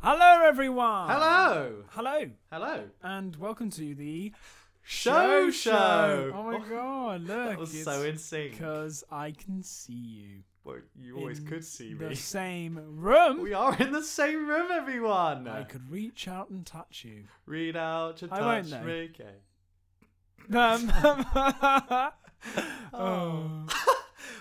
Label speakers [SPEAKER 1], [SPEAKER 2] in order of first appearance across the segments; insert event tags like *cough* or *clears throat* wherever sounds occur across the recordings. [SPEAKER 1] Hello, everyone.
[SPEAKER 2] Hello.
[SPEAKER 1] Hello,
[SPEAKER 2] Hello.
[SPEAKER 1] and welcome to the
[SPEAKER 2] Show show.
[SPEAKER 1] Oh my god! Look,
[SPEAKER 2] *laughs* That was so in sync.
[SPEAKER 1] because I can see you.
[SPEAKER 2] Well, you always
[SPEAKER 1] in
[SPEAKER 2] could see
[SPEAKER 1] The
[SPEAKER 2] me.
[SPEAKER 1] same room.
[SPEAKER 2] *laughs* We are in the same room, everyone.
[SPEAKER 1] I could reach out and touch you.
[SPEAKER 2] *laughs*
[SPEAKER 1] *laughs*
[SPEAKER 2] Read out your
[SPEAKER 1] I
[SPEAKER 2] touch,
[SPEAKER 1] won't know.
[SPEAKER 2] me, okay.
[SPEAKER 1] Um,
[SPEAKER 2] Oh.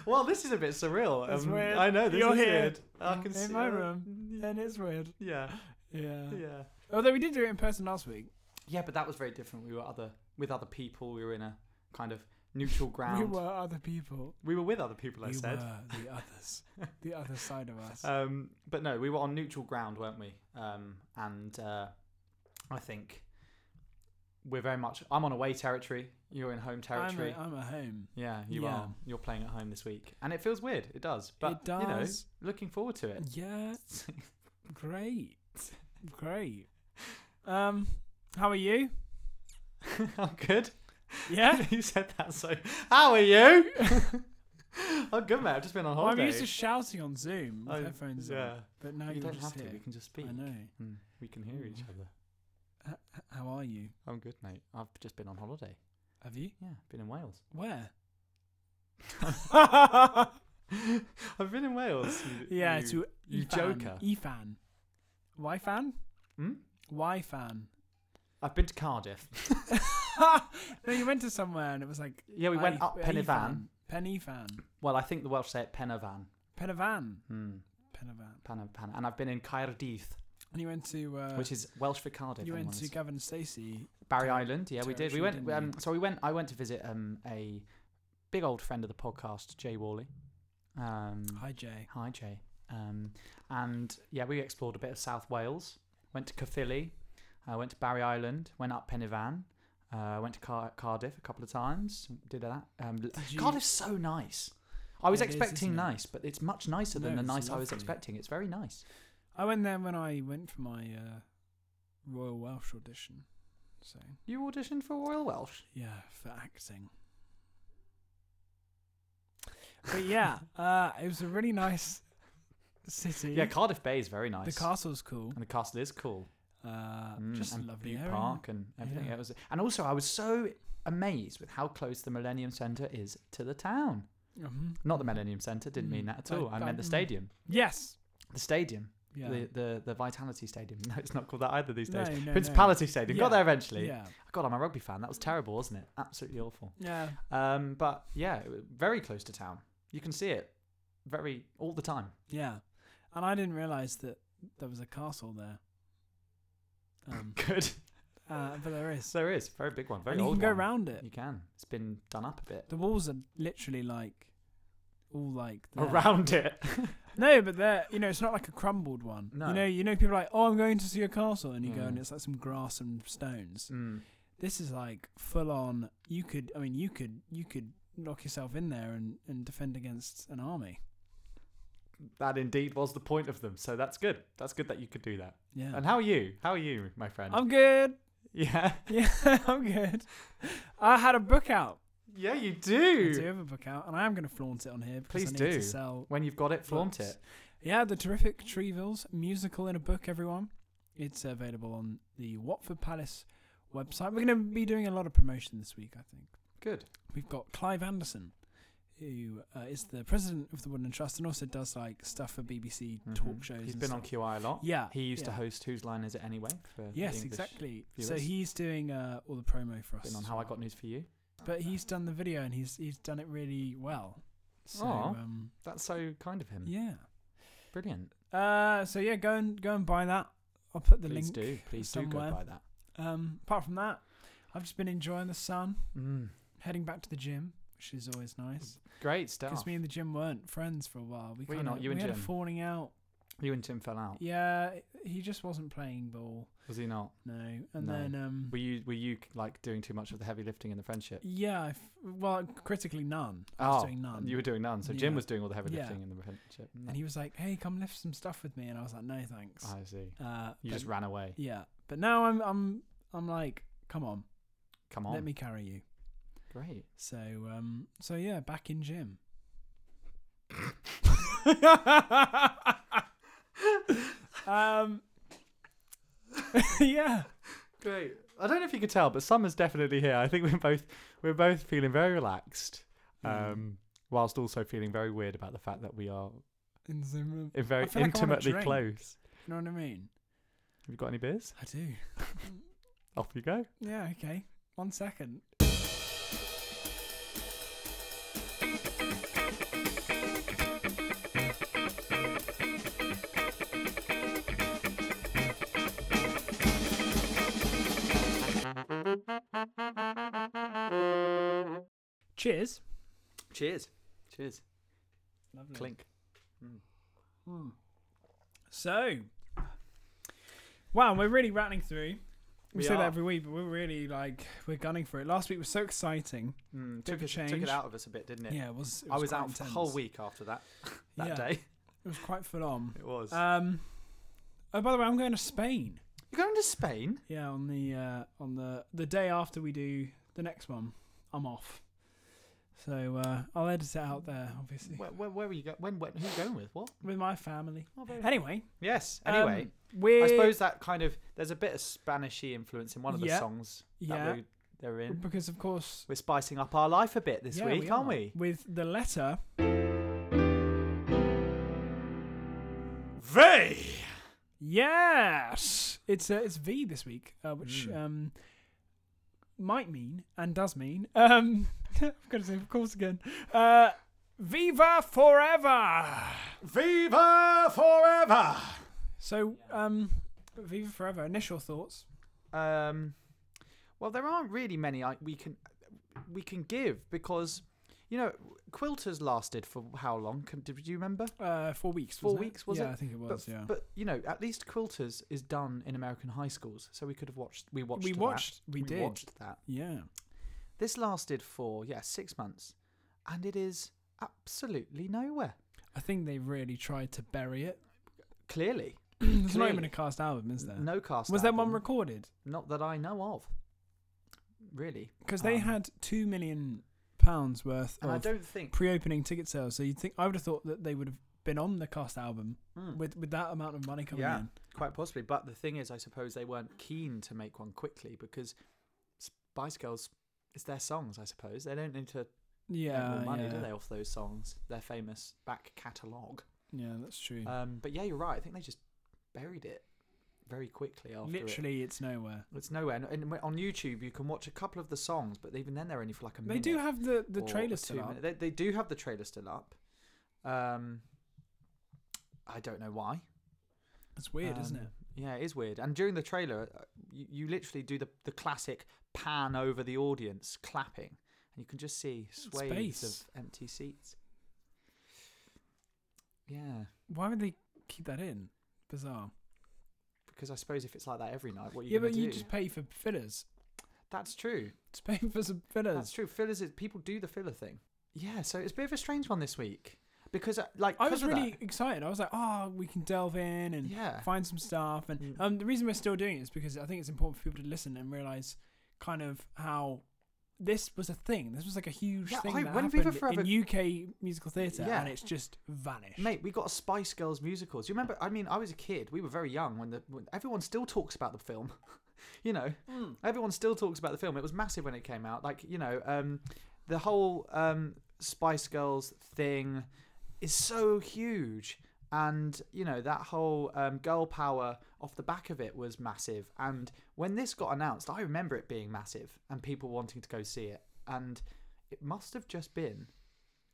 [SPEAKER 2] Well, this is a bit surreal.
[SPEAKER 1] That's
[SPEAKER 2] um,
[SPEAKER 1] weird.
[SPEAKER 2] I know this
[SPEAKER 1] You're
[SPEAKER 2] is
[SPEAKER 1] here,
[SPEAKER 2] weird. I can
[SPEAKER 1] in
[SPEAKER 2] see
[SPEAKER 1] my
[SPEAKER 2] uh,
[SPEAKER 1] room, Uh, and it's weird.
[SPEAKER 2] *laughs* Yeah,
[SPEAKER 1] Yeah.
[SPEAKER 2] yeah,
[SPEAKER 1] Although we did do it in person last week.
[SPEAKER 2] yeah. But that was very different. We were other with other people. We were in a kind of neutral ground.
[SPEAKER 1] *laughs* We were other people.
[SPEAKER 2] We were with other people. I
[SPEAKER 1] we
[SPEAKER 2] said.
[SPEAKER 1] were the others, the other side
[SPEAKER 2] *laughs*
[SPEAKER 1] of us.
[SPEAKER 2] Um, but no, we were on neutral ground, weren't we? Um, and uh, I think we're very much. I'm on away territory. You're in home
[SPEAKER 1] I'm,
[SPEAKER 2] territory.
[SPEAKER 1] a, I'm at home.
[SPEAKER 2] yeah, you
[SPEAKER 1] yeah.
[SPEAKER 2] are. You're playing at home this week, and it feels weird. It does, but
[SPEAKER 1] it does.
[SPEAKER 2] you know, looking forward to it. *laughs*
[SPEAKER 1] Yeah, great, great. Um, how are you?
[SPEAKER 2] I'm Oh, *laughs* good.
[SPEAKER 1] Yeah,
[SPEAKER 2] you said that so. How
[SPEAKER 1] *laughs*
[SPEAKER 2] are you? I'm good, mate. I've just been on
[SPEAKER 1] I'm
[SPEAKER 2] holiday.
[SPEAKER 1] used to shouting on Zoom with
[SPEAKER 2] I-
[SPEAKER 1] headphones
[SPEAKER 2] Oh, yeah.
[SPEAKER 1] on, but now
[SPEAKER 2] you
[SPEAKER 1] are
[SPEAKER 2] don't
[SPEAKER 1] just
[SPEAKER 2] have to.
[SPEAKER 1] here.
[SPEAKER 2] We can just speak.
[SPEAKER 1] I know. Hmm.
[SPEAKER 2] Mm, we can hear each other.
[SPEAKER 1] H- how are you?
[SPEAKER 2] I'm good, mate. I've just been on holiday.
[SPEAKER 1] Have you?
[SPEAKER 2] Yeah, been in Wales.
[SPEAKER 1] Where?
[SPEAKER 2] *laughs* I've been in Wales. you-
[SPEAKER 1] Yeah,
[SPEAKER 2] you-
[SPEAKER 1] to
[SPEAKER 2] you
[SPEAKER 1] Efan.
[SPEAKER 2] joker.
[SPEAKER 1] Efan. Why fan?
[SPEAKER 2] Hmm?
[SPEAKER 1] Why
[SPEAKER 2] *laughs*
[SPEAKER 1] fan?
[SPEAKER 2] I've been to Cardiff.
[SPEAKER 1] no, you went to somewhere and it was like
[SPEAKER 2] Yeah, we went
[SPEAKER 1] I-
[SPEAKER 2] up Penavan.
[SPEAKER 1] Efan. Penifan.
[SPEAKER 2] Well, I think the Welsh say it Penavan.
[SPEAKER 1] Penavan.
[SPEAKER 2] Hmm.
[SPEAKER 1] Penavan.
[SPEAKER 2] Pan, pan. And I've been in Caerdydd,
[SPEAKER 1] And you went to uh,
[SPEAKER 2] which is Welsh for Cardiff.
[SPEAKER 1] you went
[SPEAKER 2] anyone
[SPEAKER 1] to
[SPEAKER 2] is-
[SPEAKER 1] Gavin and Stacey.
[SPEAKER 2] Barry
[SPEAKER 1] Ter-
[SPEAKER 2] Island. Yeah, we did. We
[SPEAKER 1] territory,
[SPEAKER 2] went.
[SPEAKER 1] didn't
[SPEAKER 2] Um,
[SPEAKER 1] you?
[SPEAKER 2] so we went. I went to visit um, a big old friend of the podcast, Jay Worley. Um,
[SPEAKER 1] Hi Jay.
[SPEAKER 2] hi, Jay. Um, and yeah, we explored a bit of South Wales. Went to Caerphilly. Uh, went to Barry Island. Went up Penavan. Uh, went to Car- Cardiff a couple of times. Did that. Um, l-
[SPEAKER 1] Did you-
[SPEAKER 2] Cardiff's so nice. I was
[SPEAKER 1] It is,
[SPEAKER 2] expecting
[SPEAKER 1] isn't it?
[SPEAKER 2] nice, but it's much nicer than
[SPEAKER 1] No,
[SPEAKER 2] the
[SPEAKER 1] it's
[SPEAKER 2] nice I was
[SPEAKER 1] lovely.
[SPEAKER 2] expecting. It's very nice.
[SPEAKER 1] I went there when I went for my uh, Royal Welsh audition. So
[SPEAKER 2] You auditioned for Royal Welsh.
[SPEAKER 1] yeah, for acting. But
[SPEAKER 2] *laughs*
[SPEAKER 1] yeah, uh, it was a really nice city.
[SPEAKER 2] Yeah, Cardiff Bay is very nice.
[SPEAKER 1] the castle's cool.
[SPEAKER 2] and the castle is cool.
[SPEAKER 1] Uh,
[SPEAKER 2] Mm,
[SPEAKER 1] just a
[SPEAKER 2] and
[SPEAKER 1] lovely
[SPEAKER 2] Butte
[SPEAKER 1] area.
[SPEAKER 2] Park and everything.
[SPEAKER 1] Yeah.
[SPEAKER 2] It was, and also I was so amazed with how close the Millennium Centre is to the town.
[SPEAKER 1] Mhm.
[SPEAKER 2] Not the Millennium Centre, didn't mean
[SPEAKER 1] Mm,
[SPEAKER 2] that at
[SPEAKER 1] I-
[SPEAKER 2] all. I,
[SPEAKER 1] I-
[SPEAKER 2] meant the
[SPEAKER 1] mm.
[SPEAKER 2] stadium.
[SPEAKER 1] Yes.
[SPEAKER 2] The stadium.
[SPEAKER 1] Yeah.
[SPEAKER 2] The, the the Vitality Stadium. *laughs* No, it's not called that either these days.
[SPEAKER 1] No, no, no.
[SPEAKER 2] Principality Stadium.
[SPEAKER 1] Yeah,
[SPEAKER 2] Got there eventually.
[SPEAKER 1] Yeah.
[SPEAKER 2] God, I'm a rugby fan. That was terrible, wasn't it? Absolutely awful.
[SPEAKER 1] Yeah.
[SPEAKER 2] Um, but yeah, it was very close to town. You can see it very all the time. *laughs*
[SPEAKER 1] Yeah. And I didn't realize that there was a castle there.
[SPEAKER 2] *laughs*
[SPEAKER 1] Um,
[SPEAKER 2] Good.
[SPEAKER 1] uh, but there is.
[SPEAKER 2] So there is very big one. Very
[SPEAKER 1] and you
[SPEAKER 2] old.
[SPEAKER 1] can go
[SPEAKER 2] one.
[SPEAKER 1] round it.
[SPEAKER 2] You can. It's been done up a bit.
[SPEAKER 1] *laughs* The walls are literally like all like there.
[SPEAKER 2] Around it.
[SPEAKER 1] No, but they're you know it's not like a crumbled one.
[SPEAKER 2] No.
[SPEAKER 1] You know you know people are like oh I'm going to see a castle and you go
[SPEAKER 2] Yeah.
[SPEAKER 1] and it's like some grass and stones.
[SPEAKER 2] Mm.
[SPEAKER 1] This is like full on. You could I mean you could you could lock yourself in there and and defend against an army.
[SPEAKER 2] that indeed was the point of them. So that's good. That's good that you could do that.
[SPEAKER 1] Yeah.
[SPEAKER 2] And how are you? How are you, my friend?
[SPEAKER 1] I'm good.
[SPEAKER 2] *laughs*
[SPEAKER 1] *laughs*
[SPEAKER 2] yeah.
[SPEAKER 1] Yeah, *laughs* I'm good. I had a book out.
[SPEAKER 2] Yeah, you
[SPEAKER 1] I
[SPEAKER 2] do.
[SPEAKER 1] do have a book out, and I am going to flaunt it on here because
[SPEAKER 2] Please
[SPEAKER 1] I need
[SPEAKER 2] do.
[SPEAKER 1] to sell.
[SPEAKER 2] When you've got it, flaunt
[SPEAKER 1] books.
[SPEAKER 2] it.
[SPEAKER 1] Yeah, the terrific Trevilles musical in a book. Everyone, it's available on the Watford Palace website. We're going to be doing a lot of promotion this week. I think
[SPEAKER 2] Good.
[SPEAKER 1] we've got Clive Anderson, who uh, is the president of the Woodland Trust and also does like stuff for BBC talk
[SPEAKER 2] Mhm.
[SPEAKER 1] shows.
[SPEAKER 2] He's
[SPEAKER 1] and
[SPEAKER 2] been
[SPEAKER 1] stuff.
[SPEAKER 2] on QI a lot.
[SPEAKER 1] Yeah,
[SPEAKER 2] He used to
[SPEAKER 1] yeah.
[SPEAKER 2] host Whose Line Is It Anyway? For the
[SPEAKER 1] Yes,
[SPEAKER 2] English-
[SPEAKER 1] exactly. So
[SPEAKER 2] viewers.
[SPEAKER 1] he's doing uh, all the promo for us.
[SPEAKER 2] Been on
[SPEAKER 1] as
[SPEAKER 2] How I
[SPEAKER 1] well.
[SPEAKER 2] Got News for You.
[SPEAKER 1] But he's done the video and he's he's done it really well. So
[SPEAKER 2] Aw.
[SPEAKER 1] um,
[SPEAKER 2] That's so kind of him.
[SPEAKER 1] yeah.
[SPEAKER 2] Brilliant.
[SPEAKER 1] Uh, so yeah, go and go and buy that. I'll put the
[SPEAKER 2] Please
[SPEAKER 1] link.
[SPEAKER 2] do. Please do go
[SPEAKER 1] somewhere.
[SPEAKER 2] buy that.
[SPEAKER 1] Um, apart from that, I've just been enjoying the sun,
[SPEAKER 2] Mm.
[SPEAKER 1] heading back to the gym, which is always nice.
[SPEAKER 2] Great
[SPEAKER 1] Because
[SPEAKER 2] stuff.
[SPEAKER 1] me and the gym weren't friends for a while. We
[SPEAKER 2] Were Oh. you
[SPEAKER 1] kind of
[SPEAKER 2] not? You
[SPEAKER 1] we
[SPEAKER 2] and
[SPEAKER 1] had a
[SPEAKER 2] Jim?
[SPEAKER 1] falling out.
[SPEAKER 2] You and Tim fell out.
[SPEAKER 1] Yeah, he just wasn't playing ball.
[SPEAKER 2] Was he not?
[SPEAKER 1] No, and
[SPEAKER 2] No.
[SPEAKER 1] then um,
[SPEAKER 2] Were you were you like doing too much of the heavy lifting in the friendship?
[SPEAKER 1] yeah, I f- well, critically none. I was
[SPEAKER 2] Oh,
[SPEAKER 1] doing none.
[SPEAKER 2] You were doing none. So Jim
[SPEAKER 1] Yeah.
[SPEAKER 2] was doing all the heavy
[SPEAKER 1] Yeah.
[SPEAKER 2] lifting in the friendship.
[SPEAKER 1] and he was like, "Hey, come lift some stuff with me," and I was like, "No, thanks."
[SPEAKER 2] Mm. I see.
[SPEAKER 1] uh,
[SPEAKER 2] You
[SPEAKER 1] but-
[SPEAKER 2] just ran away.
[SPEAKER 1] Yeah, but now I'm I'm I'm like, come on,
[SPEAKER 2] Come on.
[SPEAKER 1] let me carry you.
[SPEAKER 2] Great.
[SPEAKER 1] So um, so yeah, back in gym. *laughs* um, *laughs* yeah.
[SPEAKER 2] Great. I don't know if you could tell, but summer's definitely here. I think we're both we're both feeling very relaxed,
[SPEAKER 1] Mm.
[SPEAKER 2] um, whilst also feeling very weird about the fact that we are
[SPEAKER 1] In the same room.
[SPEAKER 2] in very
[SPEAKER 1] feel like I want a
[SPEAKER 2] intimately
[SPEAKER 1] drink.
[SPEAKER 2] close.
[SPEAKER 1] You know what I mean?
[SPEAKER 2] Have you got any beers?
[SPEAKER 1] I do.
[SPEAKER 2] Off you go.
[SPEAKER 1] Yeah, okay. One second. Cheers.
[SPEAKER 2] Cheers. Cheers.
[SPEAKER 1] Lovely.
[SPEAKER 2] Clink.
[SPEAKER 1] So, wow, we're really rattling through. We,
[SPEAKER 2] We
[SPEAKER 1] say that
[SPEAKER 2] are.
[SPEAKER 1] every week, but we're really like we're gunning for it. Last week was so exciting.
[SPEAKER 2] Mm,
[SPEAKER 1] Bit of
[SPEAKER 2] took,
[SPEAKER 1] a
[SPEAKER 2] it, took
[SPEAKER 1] change.
[SPEAKER 2] it out of us a bit, didn't it?
[SPEAKER 1] Yeah, it was. It
[SPEAKER 2] I
[SPEAKER 1] was
[SPEAKER 2] was
[SPEAKER 1] quite
[SPEAKER 2] out for the whole
[SPEAKER 1] intense.
[SPEAKER 2] week after that that
[SPEAKER 1] Yeah,
[SPEAKER 2] day.
[SPEAKER 1] It was quite full on.
[SPEAKER 2] *laughs* It was.
[SPEAKER 1] Um. Oh, by the way, I'm going to Spain.
[SPEAKER 2] You're going
[SPEAKER 1] *laughs*
[SPEAKER 2] to Spain?
[SPEAKER 1] Yeah, on the uh, on the the day after we do the next one, I'm off. So uh, I'll edit it out there, obviously,
[SPEAKER 2] Where, where, where are you going? When, when? Who are you going with? What?
[SPEAKER 1] with my family.
[SPEAKER 2] Oh, very-
[SPEAKER 1] Anyway.
[SPEAKER 2] yes.
[SPEAKER 1] um,
[SPEAKER 2] Anyway.
[SPEAKER 1] we're
[SPEAKER 2] I suppose that kind of there's a bit of Spanishy influence in one of the
[SPEAKER 1] Yeah.
[SPEAKER 2] songs that
[SPEAKER 1] Yeah.
[SPEAKER 2] we, they're in.
[SPEAKER 1] because of course
[SPEAKER 2] We're spicing up our life a bit this
[SPEAKER 1] Yeah,
[SPEAKER 2] week,
[SPEAKER 1] we
[SPEAKER 2] aren't
[SPEAKER 1] are.
[SPEAKER 2] we?
[SPEAKER 1] With the letter
[SPEAKER 2] Vey.
[SPEAKER 1] Yes, it's uh, it's V this week, uh, which
[SPEAKER 2] Mm.
[SPEAKER 1] um, might mean and does mean. Um, *laughs* I've got to say, of course, again. Uh, Viva forever.
[SPEAKER 2] Viva forever.
[SPEAKER 1] So, um, Viva forever. Initial thoughts.
[SPEAKER 2] Um, well, there aren't really many I, we can we can give because you know quilters lasted for how long? Can, did you remember?
[SPEAKER 1] Uh, four weeks.
[SPEAKER 2] Four
[SPEAKER 1] wasn't
[SPEAKER 2] weeks, was
[SPEAKER 1] yeah,
[SPEAKER 2] it?
[SPEAKER 1] I think it was.
[SPEAKER 2] but,
[SPEAKER 1] yeah.
[SPEAKER 2] but you know, at least quilters is done in American high schools, so we could have watched. We watched.
[SPEAKER 1] we
[SPEAKER 2] that.
[SPEAKER 1] watched. We,
[SPEAKER 2] We,
[SPEAKER 1] did.
[SPEAKER 2] watched that.
[SPEAKER 1] Yeah.
[SPEAKER 2] This lasted for, yeah, six months, and it is absolutely nowhere.
[SPEAKER 1] I think they really tried to bury it. *clears throat*
[SPEAKER 2] Clearly.
[SPEAKER 1] There's not even
[SPEAKER 2] Clearly.
[SPEAKER 1] a cast album, is there?
[SPEAKER 2] No cast.
[SPEAKER 1] Was there one
[SPEAKER 2] album.
[SPEAKER 1] recorded?
[SPEAKER 2] Not that I know of. Really.
[SPEAKER 1] Because they
[SPEAKER 2] Um,
[SPEAKER 1] had two million pounds worth
[SPEAKER 2] And I
[SPEAKER 1] of
[SPEAKER 2] don't think.
[SPEAKER 1] pre-opening ticket sales. So you'd think I would have thought that they would have been on the cast album
[SPEAKER 2] Mm,
[SPEAKER 1] with with that amount of money coming
[SPEAKER 2] Yeah.
[SPEAKER 1] in.
[SPEAKER 2] quite possibly. But the thing is, I suppose they weren't keen to make one quickly because Spice Girls, it's their songs, I suppose. They don't need to make
[SPEAKER 1] Yeah,
[SPEAKER 2] more money, do
[SPEAKER 1] yeah,
[SPEAKER 2] they, off those songs? Their famous back catalogue.
[SPEAKER 1] yeah. That's true.
[SPEAKER 2] Um, but yeah, you're right. I think they just buried it very quickly after it.
[SPEAKER 1] Literally, it's nowhere.
[SPEAKER 2] It's nowhere. And, and on YouTube, you can watch a couple of the songs, but even then, they're only for like a minute.
[SPEAKER 1] They do have the the
[SPEAKER 2] or
[SPEAKER 1] trailers
[SPEAKER 2] two
[SPEAKER 1] still up.
[SPEAKER 2] minute- They, they do have the trailer still up. Um, I don't know why.
[SPEAKER 1] It's weird, isn't
[SPEAKER 2] Um,
[SPEAKER 1] it?
[SPEAKER 2] Yeah, it is weird. And during the trailer, uh, you, you literally do the the classic pan over the audience, clapping, and you can just see swathes
[SPEAKER 1] Space.
[SPEAKER 2] of empty seats. Yeah,
[SPEAKER 1] Why would they keep that in? Bizarre.
[SPEAKER 2] because I suppose if it's like that every night, what are you
[SPEAKER 1] Yeah,
[SPEAKER 2] gonna
[SPEAKER 1] but
[SPEAKER 2] do?
[SPEAKER 1] you just pay for fillers.
[SPEAKER 2] That's true.
[SPEAKER 1] Just pay for some
[SPEAKER 2] That's
[SPEAKER 1] fillers.
[SPEAKER 2] true. Fillers is people do the filler thing. Yeah, so it's a bit of a strange one this week because uh, like
[SPEAKER 1] I
[SPEAKER 2] 'cause
[SPEAKER 1] was
[SPEAKER 2] of that-
[SPEAKER 1] really excited. I was like, oh, we can delve in and
[SPEAKER 2] yeah
[SPEAKER 1] find some stuff. And
[SPEAKER 2] Mm.
[SPEAKER 1] um, the reason we're still doing it is because I think it's important for people to listen and realize kind of how this was a thing. This was like a huge
[SPEAKER 2] Yeah,
[SPEAKER 1] thing
[SPEAKER 2] I-
[SPEAKER 1] that
[SPEAKER 2] when Viva
[SPEAKER 1] happened
[SPEAKER 2] Forever-
[SPEAKER 1] in UK musical theatre,
[SPEAKER 2] Yeah.
[SPEAKER 1] and it's just vanished.
[SPEAKER 2] Mate, we got a Spice Girls musical. Do you remember? I mean, I was a kid. We were very young when the when everyone still talks about the film. *laughs* you know, everyone still talks about the film. It was massive when it came out. Like you know, um, the whole um, Spice Girls thing is so huge, and you know that whole um, girl power off the back of it was massive. And when this got announced, I remember it being massive and people wanting to go see it. And it must have just been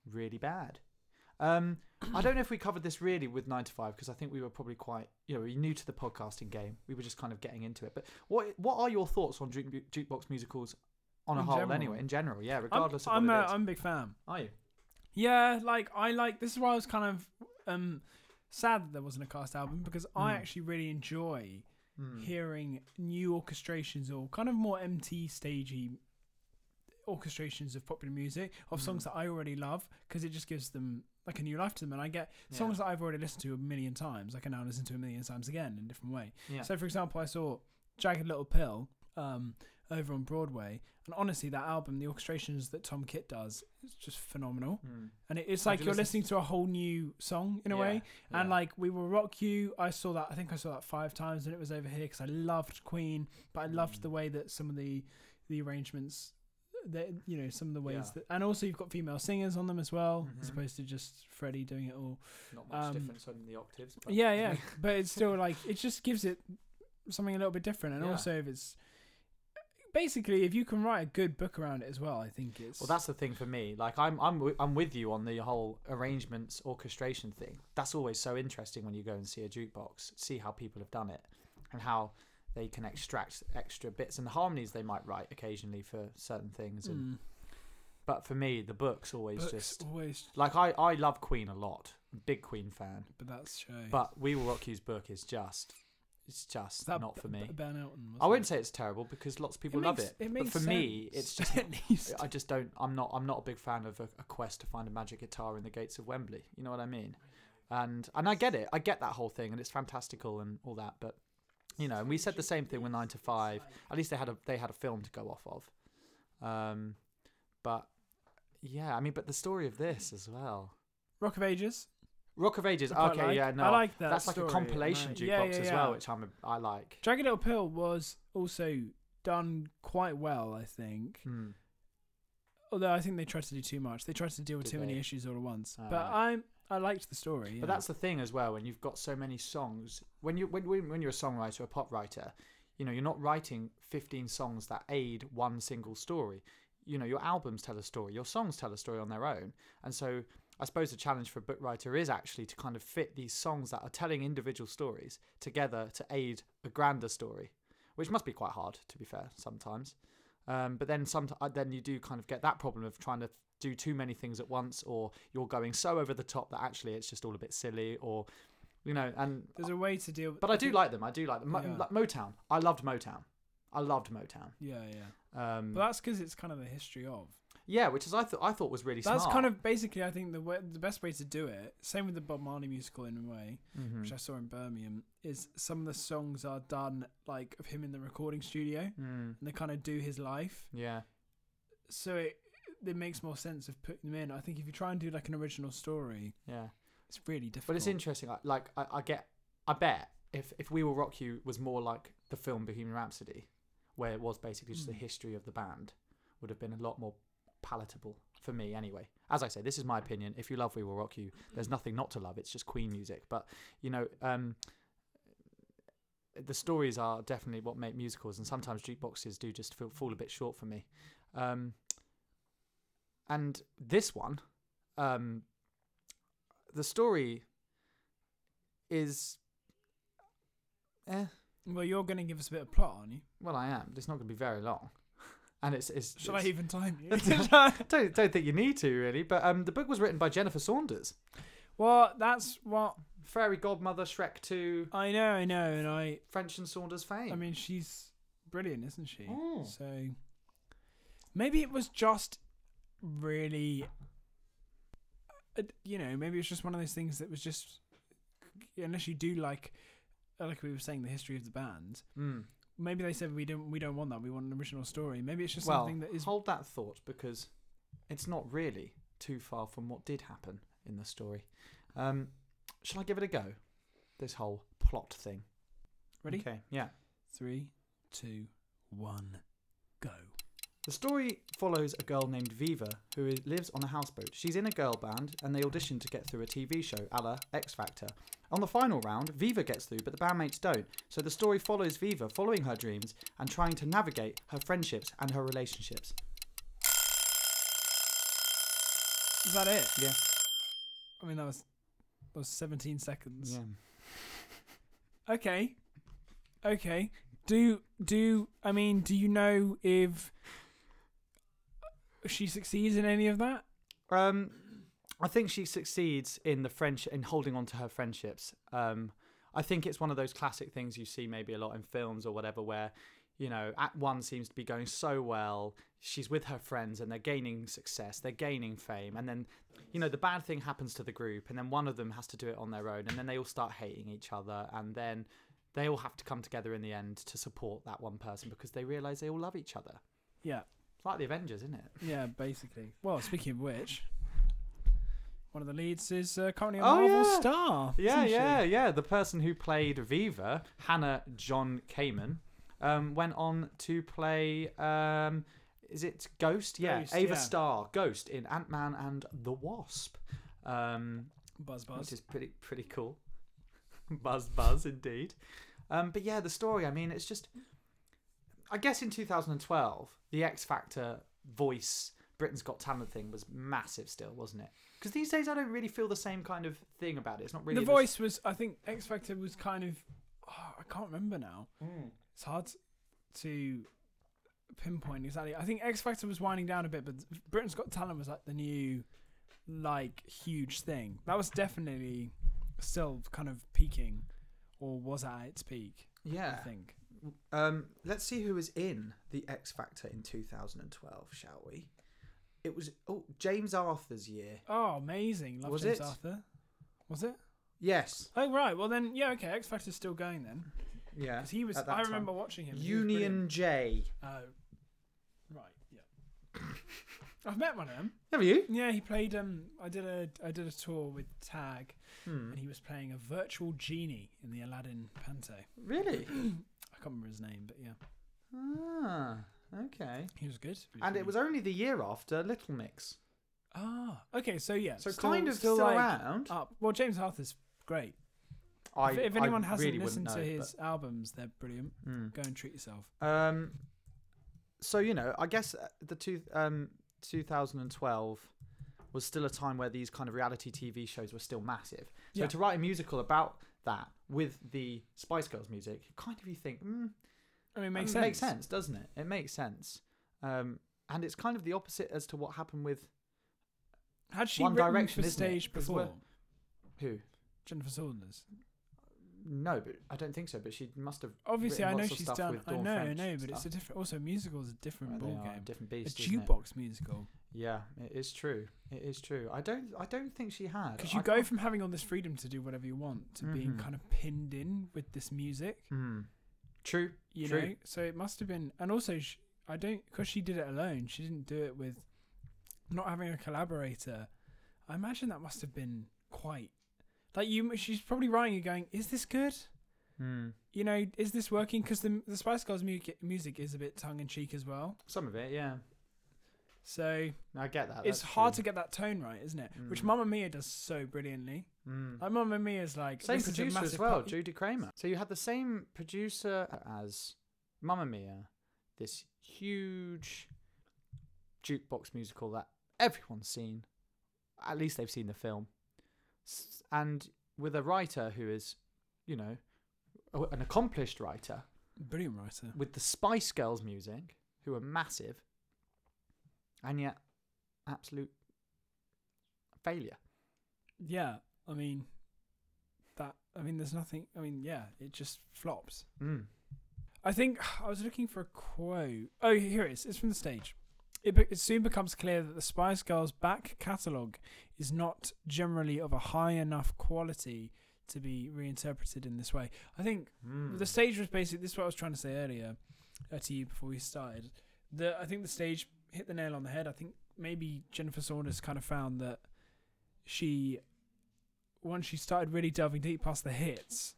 [SPEAKER 2] really bad. Um, I don't know if we covered this really with nine to five because I think we were probably quite, you know, we were new to the podcasting game. We were just kind of getting into it. But what what are your thoughts on juke, jukebox musicals on a
[SPEAKER 1] In
[SPEAKER 2] whole
[SPEAKER 1] general.
[SPEAKER 2] anyway? In general, yeah,
[SPEAKER 1] I'm-
[SPEAKER 2] regardless
[SPEAKER 1] I'm,
[SPEAKER 2] of what
[SPEAKER 1] a,
[SPEAKER 2] it is.
[SPEAKER 1] I'm a big fan.
[SPEAKER 2] are you?
[SPEAKER 1] Yeah, like I like this is why I was kind of um sad that there wasn't a cast album because I
[SPEAKER 2] Mm.
[SPEAKER 1] actually really enjoy
[SPEAKER 2] Mm.
[SPEAKER 1] hearing new orchestrations or kind of more MT stagey orchestrations of popular music of songs
[SPEAKER 2] Mm.
[SPEAKER 1] that I already love because it just gives them like a new life to them and I get
[SPEAKER 2] Yeah.
[SPEAKER 1] songs that I've already listened to a million times I can
[SPEAKER 2] Hmm.
[SPEAKER 1] now listen to a million times again in a different way
[SPEAKER 2] Yeah.
[SPEAKER 1] so for example I saw Jagged Little Pill um over on Broadway. And honestly, that album, the orchestrations that Tom Kitt does, it's just phenomenal.
[SPEAKER 2] Hmm.
[SPEAKER 1] And it, it's
[SPEAKER 2] Have
[SPEAKER 1] like
[SPEAKER 2] you
[SPEAKER 1] you're listening
[SPEAKER 2] listened
[SPEAKER 1] to a whole new song in a way. And like we will rock you. I saw that. I think I saw that five times, and it was over here because I loved Queen, but I loved
[SPEAKER 2] Mm.
[SPEAKER 1] the way that some of the the arrangements, that you know, some of the ways
[SPEAKER 2] Yeah.
[SPEAKER 1] that, and also you've got female singers on them as well, as
[SPEAKER 2] Mhm.
[SPEAKER 1] opposed to just Freddie doing it all.
[SPEAKER 2] not
[SPEAKER 1] much
[SPEAKER 2] much
[SPEAKER 1] um, difference
[SPEAKER 2] difference on the octaves.
[SPEAKER 1] yeah, yeah, but it's still like it just gives it something a little bit different, and
[SPEAKER 2] Yeah.
[SPEAKER 1] also if it's basically if you can write a good book around it as well, I think it's
[SPEAKER 2] *laughs* Well, that's the thing for me. Like, I'm I'm wi- I'm with you on the whole arrangements orchestration thing. That's always so interesting when you go and see a jukebox, see how people have done it, and how they can extract extra bits and harmonies they might write occasionally for certain things. And,
[SPEAKER 1] Mm.
[SPEAKER 2] But for me, the book's always
[SPEAKER 1] Books
[SPEAKER 2] just
[SPEAKER 1] always,
[SPEAKER 2] like I I love Queen a lot, big Queen fan.
[SPEAKER 1] but that's show.
[SPEAKER 2] But We Will Rock You's book is just it's just
[SPEAKER 1] that
[SPEAKER 2] not for
[SPEAKER 1] B-
[SPEAKER 2] me.
[SPEAKER 1] B- Ben Elton,
[SPEAKER 2] I
[SPEAKER 1] wasn't
[SPEAKER 2] wouldn't
[SPEAKER 1] it?
[SPEAKER 2] say it's terrible because lots of people love
[SPEAKER 1] makes-
[SPEAKER 2] it. but for me, it's
[SPEAKER 1] sense, *laughs*
[SPEAKER 2] just
[SPEAKER 1] at least.
[SPEAKER 2] I just don't. I'm not. I'm not a big fan of a, a quest to find a magic guitar in the gates of Wembley. You know what I mean? And and I get it. I get that whole thing, and it's fantastical and all that. But you know, and we said the same thing with Nine to Five. At least they had a they had a film to go off of. Um, but yeah, I mean, but the story of this as well.
[SPEAKER 1] Rock of Ages.
[SPEAKER 2] Rock of Ages.
[SPEAKER 1] I quite
[SPEAKER 2] Okay,
[SPEAKER 1] like.
[SPEAKER 2] yeah, no,
[SPEAKER 1] I like that.
[SPEAKER 2] that's like
[SPEAKER 1] story,
[SPEAKER 2] a
[SPEAKER 1] and
[SPEAKER 2] compilation
[SPEAKER 1] I-
[SPEAKER 2] jukebox
[SPEAKER 1] yeah, yeah,
[SPEAKER 2] as
[SPEAKER 1] yeah.
[SPEAKER 2] well, which I'm a, I like.
[SPEAKER 1] Jagged Little Pill was also done quite well, I think.
[SPEAKER 2] Hmm.
[SPEAKER 1] Although I think they tried to do too much. They tried to deal with
[SPEAKER 2] Did
[SPEAKER 1] too many
[SPEAKER 2] they?
[SPEAKER 1] issues all at once.
[SPEAKER 2] Ah,
[SPEAKER 1] but
[SPEAKER 2] right.
[SPEAKER 1] I'm I liked the story. yeah.
[SPEAKER 2] But that's the thing as well. When you've got so many songs, when you when when when you're a songwriter, a pop writer, you know you're not writing 15 songs that aid one single story. You know your albums tell a story, your songs tell a story on their own, and so I suppose the challenge for a book writer is actually to kind of fit these songs that are telling individual stories together to aid a grander story, which must be quite hard to be fair sometimes. Um, but then some then you do kind of get that problem of trying to do too many things at once, or you're going so over the top that actually it's just all a bit silly, or you know. And
[SPEAKER 1] There's a way to deal with
[SPEAKER 2] but I do
[SPEAKER 1] think-
[SPEAKER 2] like them. I do like them. Mo-
[SPEAKER 1] Yeah.
[SPEAKER 2] like Motown. I loved Motown. I loved Motown.
[SPEAKER 1] Yeah, yeah.
[SPEAKER 2] Um,
[SPEAKER 1] But that's because it's kind of the history of.
[SPEAKER 2] yeah, which is I thought I thought was really
[SPEAKER 1] That's
[SPEAKER 2] smart.
[SPEAKER 1] kind of basically, I think, the way, the best way to do it. Same with the Bob Marley musical in a way.
[SPEAKER 2] Mhm.
[SPEAKER 1] which I saw in Birmingham, is some of the songs are done like of him in the recording studio, and
[SPEAKER 2] Mm,
[SPEAKER 1] they kind of do his life.
[SPEAKER 2] yeah.
[SPEAKER 1] So it it makes more sense of putting them in. I think if you try and do like an original story,
[SPEAKER 2] Yeah.
[SPEAKER 1] it's really difficult.
[SPEAKER 2] But it's interesting. I- Like I, I get, I bet if if We Will Rock You was more like the film Bohemian Rhapsody, where it was basically just the
[SPEAKER 1] Mm.
[SPEAKER 2] history of the band, would have been a lot more palatable for me anyway. As I say, this is my opinion. If you love We Will Rock You, there's nothing not to love. It's just Queen music. But you know, um, the stories are definitely what make musicals, and sometimes jukeboxes do just feel, fall a bit short for me. Um, and this one, um, the story is eh,
[SPEAKER 1] Well, you're going to give us a bit of plot, aren't you?
[SPEAKER 2] well I am. but It's not going to be very long, *laughs* and it's it's.
[SPEAKER 1] Shall
[SPEAKER 2] it's
[SPEAKER 1] I even time
[SPEAKER 2] *laughs*
[SPEAKER 1] you? *laughs*
[SPEAKER 2] don't don't think you need to really, but um, the book was written by Jennifer Saunders,
[SPEAKER 1] well, that's what
[SPEAKER 2] Fairy Godmother, Shrek Two,
[SPEAKER 1] I know. I know, and I.
[SPEAKER 2] French and Saunders fame.
[SPEAKER 1] I mean, she's brilliant, isn't she?
[SPEAKER 2] Mm.
[SPEAKER 1] So maybe it was just really, uh, you know, maybe it's just one of those things that was just, unless you do like, uh, like we were saying, the history of the band.
[SPEAKER 2] Mm.
[SPEAKER 1] Maybe they said we don't we don't want that. We want an original story. Maybe it's just
[SPEAKER 2] well,
[SPEAKER 1] something that is.
[SPEAKER 2] hold that thought because it's not really too far from what did happen in the story. Um, shall I give it a go? This whole plot thing.
[SPEAKER 1] Ready?
[SPEAKER 2] Okay. Yeah.
[SPEAKER 1] Three, two, one, go.
[SPEAKER 2] The story follows a girl named Viva who i- lives on a houseboat. She's in a girl band and they audition to get through a TV show a la X Factor. On the final round, Viva gets through, but the bandmates don't. So the story follows Viva following her dreams and trying to navigate her friendships and her relationships.
[SPEAKER 1] Is that it?
[SPEAKER 2] Yeah.
[SPEAKER 1] I mean, that was that was seventeen seconds.
[SPEAKER 2] Yeah.
[SPEAKER 1] Okay. Okay. Do do I mean do you know if she succeeds in any of that?
[SPEAKER 2] Um, I think she succeeds in the French in holding on to her friendships. Um, I think it's one of those classic things you see maybe a lot in films or whatever, where you know, Act One seems to be going so well. She's with her friends and they're gaining success, they're gaining fame, and then you know the bad thing happens to the group, and then one of them has to do it on their own, and then they all start hating each other, and then they all have to come together in the end to support that one person because they realize they all love each other.
[SPEAKER 1] Yeah.
[SPEAKER 2] It's like the Avengers, isn't it?
[SPEAKER 1] Yeah, basically. Well, speaking of which, one of the leads is uh, currently a
[SPEAKER 2] Oh,
[SPEAKER 1] Marvel
[SPEAKER 2] yeah.
[SPEAKER 1] star.
[SPEAKER 2] Yeah,
[SPEAKER 1] isn't she?
[SPEAKER 2] yeah, yeah. The person who played Viva, Hannah John Kamen, um, went on to play. Um, is it Ghost? Yeah,
[SPEAKER 1] Ghost,
[SPEAKER 2] Ava
[SPEAKER 1] yeah.
[SPEAKER 2] Starr, Ghost in Ant Man and the Wasp, um,
[SPEAKER 1] Buzz
[SPEAKER 2] which
[SPEAKER 1] Buzz.
[SPEAKER 2] is pretty pretty cool. *laughs* buzz, buzz, indeed. Um, but yeah, the story. I mean, it's just. I guess in 2012, the X Factor voice Britain's Got Talent thing was massive, still, wasn't it? Because these days I don't really feel the same kind of thing about it. It's not really
[SPEAKER 1] the
[SPEAKER 2] the-
[SPEAKER 1] voice was, I think, X Factor was kind of. oh, I can't remember now.
[SPEAKER 2] Hmm.
[SPEAKER 1] It's hard to pinpoint exactly. I think X Factor was winding down a bit, but Britain's Got Talent was like the new, like huge thing. That was definitely still kind of peaking, or was at its peak.
[SPEAKER 2] Yeah.
[SPEAKER 1] I think.
[SPEAKER 2] Um, let's see who was in the X Factor in 2012, shall we? It was oh James Arthur's year.
[SPEAKER 1] Oh, amazing! Love
[SPEAKER 2] Was
[SPEAKER 1] James
[SPEAKER 2] it?
[SPEAKER 1] Arthur. Was it?
[SPEAKER 2] Yes.
[SPEAKER 1] Oh right. Well then, yeah. Okay, X Factor's still going then
[SPEAKER 2] Yeah.
[SPEAKER 1] because he was.
[SPEAKER 2] at that
[SPEAKER 1] I
[SPEAKER 2] time.
[SPEAKER 1] remember watching him. He was brilliant.
[SPEAKER 2] Union J.
[SPEAKER 1] Oh, right. Yeah. I've met one of them.
[SPEAKER 2] Have you?
[SPEAKER 1] Yeah, he played. Um, I did a I did a tour with Tag,
[SPEAKER 2] Hmm.
[SPEAKER 1] and he was playing a virtual genie in the Aladdin panto. I
[SPEAKER 2] Really?
[SPEAKER 1] can't remember his name, but yeah,
[SPEAKER 2] ah. Okay.
[SPEAKER 1] he was good.
[SPEAKER 2] And it was only the year after Little Mix,
[SPEAKER 1] ah okay. So yeah,
[SPEAKER 2] so
[SPEAKER 1] still-
[SPEAKER 2] kind of still,
[SPEAKER 1] like,
[SPEAKER 2] around.
[SPEAKER 1] up. Well, James Arthur's great.
[SPEAKER 2] I,
[SPEAKER 1] if, if anyone
[SPEAKER 2] I
[SPEAKER 1] hasn't
[SPEAKER 2] really wouldn't
[SPEAKER 1] listened to
[SPEAKER 2] know,
[SPEAKER 1] his albums, they're brilliant.
[SPEAKER 2] but- Hmm.
[SPEAKER 1] Go and treat yourself.
[SPEAKER 2] Um, so you know, I guess uh, the two um 2012 was still a time where these kind of reality TV shows were still massive. So
[SPEAKER 1] Yeah.
[SPEAKER 2] to write a musical about that with the Spice Girls music, kind of you think,
[SPEAKER 1] I
[SPEAKER 2] mm,
[SPEAKER 1] mean, it
[SPEAKER 2] that
[SPEAKER 1] makes sense.
[SPEAKER 2] makes sense, doesn't it? It makes sense. Um, and it's kind of the opposite as to what happened with
[SPEAKER 1] Had she
[SPEAKER 2] One
[SPEAKER 1] written
[SPEAKER 2] Direction,
[SPEAKER 1] for
[SPEAKER 2] isn't it?
[SPEAKER 1] stage
[SPEAKER 2] 'Cause
[SPEAKER 1] before?
[SPEAKER 2] we're- who.
[SPEAKER 1] Jennifer Saunders.
[SPEAKER 2] No, but I don't think so. But she must have.
[SPEAKER 1] Obviously,
[SPEAKER 2] written
[SPEAKER 1] I know
[SPEAKER 2] lots of
[SPEAKER 1] she's
[SPEAKER 2] stuff
[SPEAKER 1] done.
[SPEAKER 2] with
[SPEAKER 1] I
[SPEAKER 2] Dawn
[SPEAKER 1] know, I
[SPEAKER 2] French
[SPEAKER 1] know,
[SPEAKER 2] and
[SPEAKER 1] but it's a
[SPEAKER 2] stuff.
[SPEAKER 1] different. Also, musical is a different
[SPEAKER 2] Well,
[SPEAKER 1] ball
[SPEAKER 2] they are a
[SPEAKER 1] game.
[SPEAKER 2] different
[SPEAKER 1] A
[SPEAKER 2] beast. isn't it?
[SPEAKER 1] jukebox musical.
[SPEAKER 2] Yeah, it is true. It is true. I don't. I don't think she had.
[SPEAKER 1] Because you
[SPEAKER 2] I
[SPEAKER 1] go
[SPEAKER 2] can't-
[SPEAKER 1] from having all this freedom to do whatever you want to being
[SPEAKER 2] Mhm.
[SPEAKER 1] kind of pinned in with this music,
[SPEAKER 2] Hmm. True.
[SPEAKER 1] you
[SPEAKER 2] True.
[SPEAKER 1] know. So it must have been, and also sh I don't because she did it alone. She didn't do it with not having a collaborator. I imagine that must have been quite like you. She's probably writing and going, "Is this good?
[SPEAKER 2] Hmm.
[SPEAKER 1] You know, is this working?" Because the the Spice Girls music music is a bit tongue in cheek as well.
[SPEAKER 2] Some of it, yeah.
[SPEAKER 1] So
[SPEAKER 2] No, I get that.
[SPEAKER 1] it's hard to get that tone right, isn't it? Which
[SPEAKER 2] Uh, Mm.
[SPEAKER 1] Mamma Mia does so brilliantly.
[SPEAKER 2] to. Mm.
[SPEAKER 1] Like Mamma Mia is like
[SPEAKER 2] Same
[SPEAKER 1] this is a
[SPEAKER 2] producer as
[SPEAKER 1] massive
[SPEAKER 2] well,
[SPEAKER 1] part-
[SPEAKER 2] Judy Kramer. So you had the same producer as Mamma Mia, this huge jukebox musical that everyone's seen. At least they've seen the film. S- And with a writer who is, you know, a- an accomplished writer,
[SPEAKER 1] brilliant writer.
[SPEAKER 2] with the Spice Girls music, who are massive, and yet absolute failure.
[SPEAKER 1] yeah i mean that i mean there's nothing i mean yeah it just flops
[SPEAKER 2] Mm.
[SPEAKER 1] i think *sighs* i was looking for a quote oh here it is it's from the stage it, be- it soon becomes clear that the spice girls back catalogue is not generally of a high enough quality to be reinterpreted in this way i think
[SPEAKER 2] Mm. Hmm.
[SPEAKER 1] the stage was basically this is what I was trying to say earlier uh, to you before we started. The I think the stage hit the nail on the head. I think maybe Jennifer Saunders kind of found that she once she started really delving deep past the hits,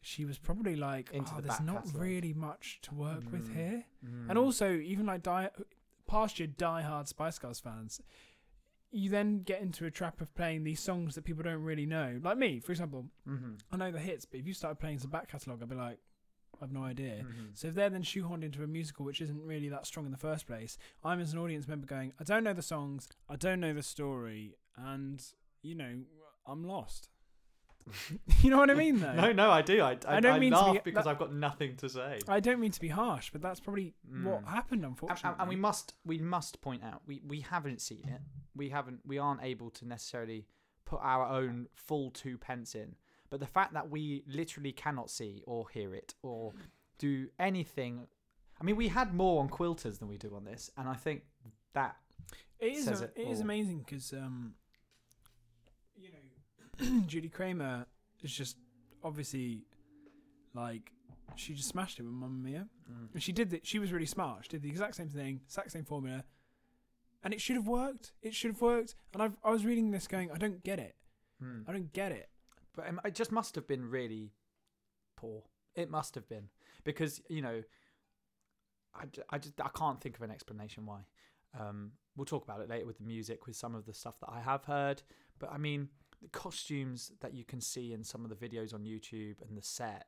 [SPEAKER 1] she was probably like,
[SPEAKER 2] Into
[SPEAKER 1] oh,
[SPEAKER 2] the
[SPEAKER 1] there's
[SPEAKER 2] back
[SPEAKER 1] not
[SPEAKER 2] catalogue."
[SPEAKER 1] really much to work with
[SPEAKER 2] Mm.
[SPEAKER 1] here.
[SPEAKER 2] Mm.
[SPEAKER 1] And also, even like die past your die-hard Spice Girls fans, you then get into a trap of playing these songs that people don't really know. Like me, for example,
[SPEAKER 2] Mhm.
[SPEAKER 1] I know the hits, but if you started playing some back catalogue, I'd be like, I've no idea.
[SPEAKER 2] Mhm.
[SPEAKER 1] So if they're then shoehorned into a musical which isn't really that strong in the first place, I'm as an audience member going, I don't know the songs, I don't know the story, and you know, I'm lost.
[SPEAKER 2] *laughs*
[SPEAKER 1] you know what I mean, though.
[SPEAKER 2] No, no, I do. I, I,
[SPEAKER 1] I don't
[SPEAKER 2] I
[SPEAKER 1] mean to
[SPEAKER 2] laugh
[SPEAKER 1] be-
[SPEAKER 2] because
[SPEAKER 1] that-
[SPEAKER 2] I've got nothing to say.
[SPEAKER 1] I don't mean to be harsh, but that's probably what
[SPEAKER 2] Mm.
[SPEAKER 1] happened.
[SPEAKER 2] And,
[SPEAKER 1] Unfortunately,
[SPEAKER 2] and- and we must we must point out we, we haven't seen it. We haven't we aren't able to necessarily put our own full two pence in. But the fact that we literally cannot see or hear it or do anything I mean we had more on quilters than we do on this and I think that
[SPEAKER 1] It is.
[SPEAKER 2] says
[SPEAKER 1] a-
[SPEAKER 2] it
[SPEAKER 1] it is
[SPEAKER 2] all.
[SPEAKER 1] amazing because um, *clears throat* you know, Judy Kramer is just obviously like she just smashed it with Mamma Mia.
[SPEAKER 2] Mm.
[SPEAKER 1] And she did it. She was really smart. She did the exact same thing, exact same formula, and it should have worked. It should have worked. And I've, I was reading this, going, I don't get it.
[SPEAKER 2] Mm.
[SPEAKER 1] I don't get it.
[SPEAKER 2] But um, it just must have been really poor. It must have been because you know, I, ju- I just I can't think of an explanation why. Um, we'll talk about it later with the music, with some of the stuff that I have heard. But I mean, the costumes that you can see in some of the videos on YouTube and the set,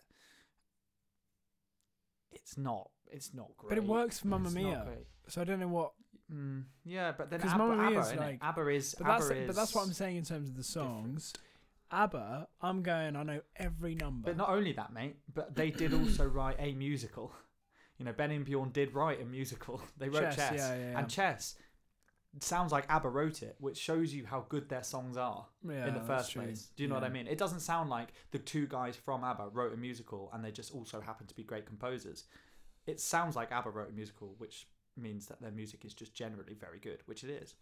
[SPEAKER 2] it's not it's not great.
[SPEAKER 1] But it works for Mamma
[SPEAKER 2] It's not
[SPEAKER 1] Mia.
[SPEAKER 2] great.
[SPEAKER 1] So I don't know what.
[SPEAKER 2] Mm, yeah, but then
[SPEAKER 1] 'Cause
[SPEAKER 2] ABBA,
[SPEAKER 1] Mamma
[SPEAKER 2] ABBA,
[SPEAKER 1] Mia's
[SPEAKER 2] innit?
[SPEAKER 1] like-
[SPEAKER 2] ABBA is
[SPEAKER 1] But that's
[SPEAKER 2] ABBA is,
[SPEAKER 1] but that's what I'm saying in terms of the songs. ABBA, I'm going. I know every number.
[SPEAKER 2] But not only that, mate, but they did
[SPEAKER 1] *clears throat*
[SPEAKER 2] also write a musical. You know, Ben and Bjorn did write a musical. *laughs* They wrote Chess.
[SPEAKER 1] Chess, yeah, yeah, yeah.
[SPEAKER 2] And Chess sounds like ABBA wrote it, which shows you how good their songs are
[SPEAKER 1] Yeah,
[SPEAKER 2] in the
[SPEAKER 1] that's
[SPEAKER 2] first
[SPEAKER 1] true.
[SPEAKER 2] place. Do you know what I
[SPEAKER 1] Yeah.
[SPEAKER 2] mean? It doesn't sound like the two guys from ABBA wrote a musical and they just also happen to be great composers. It sounds like ABBA wrote a musical, which means that their music is just generally very good, which it is.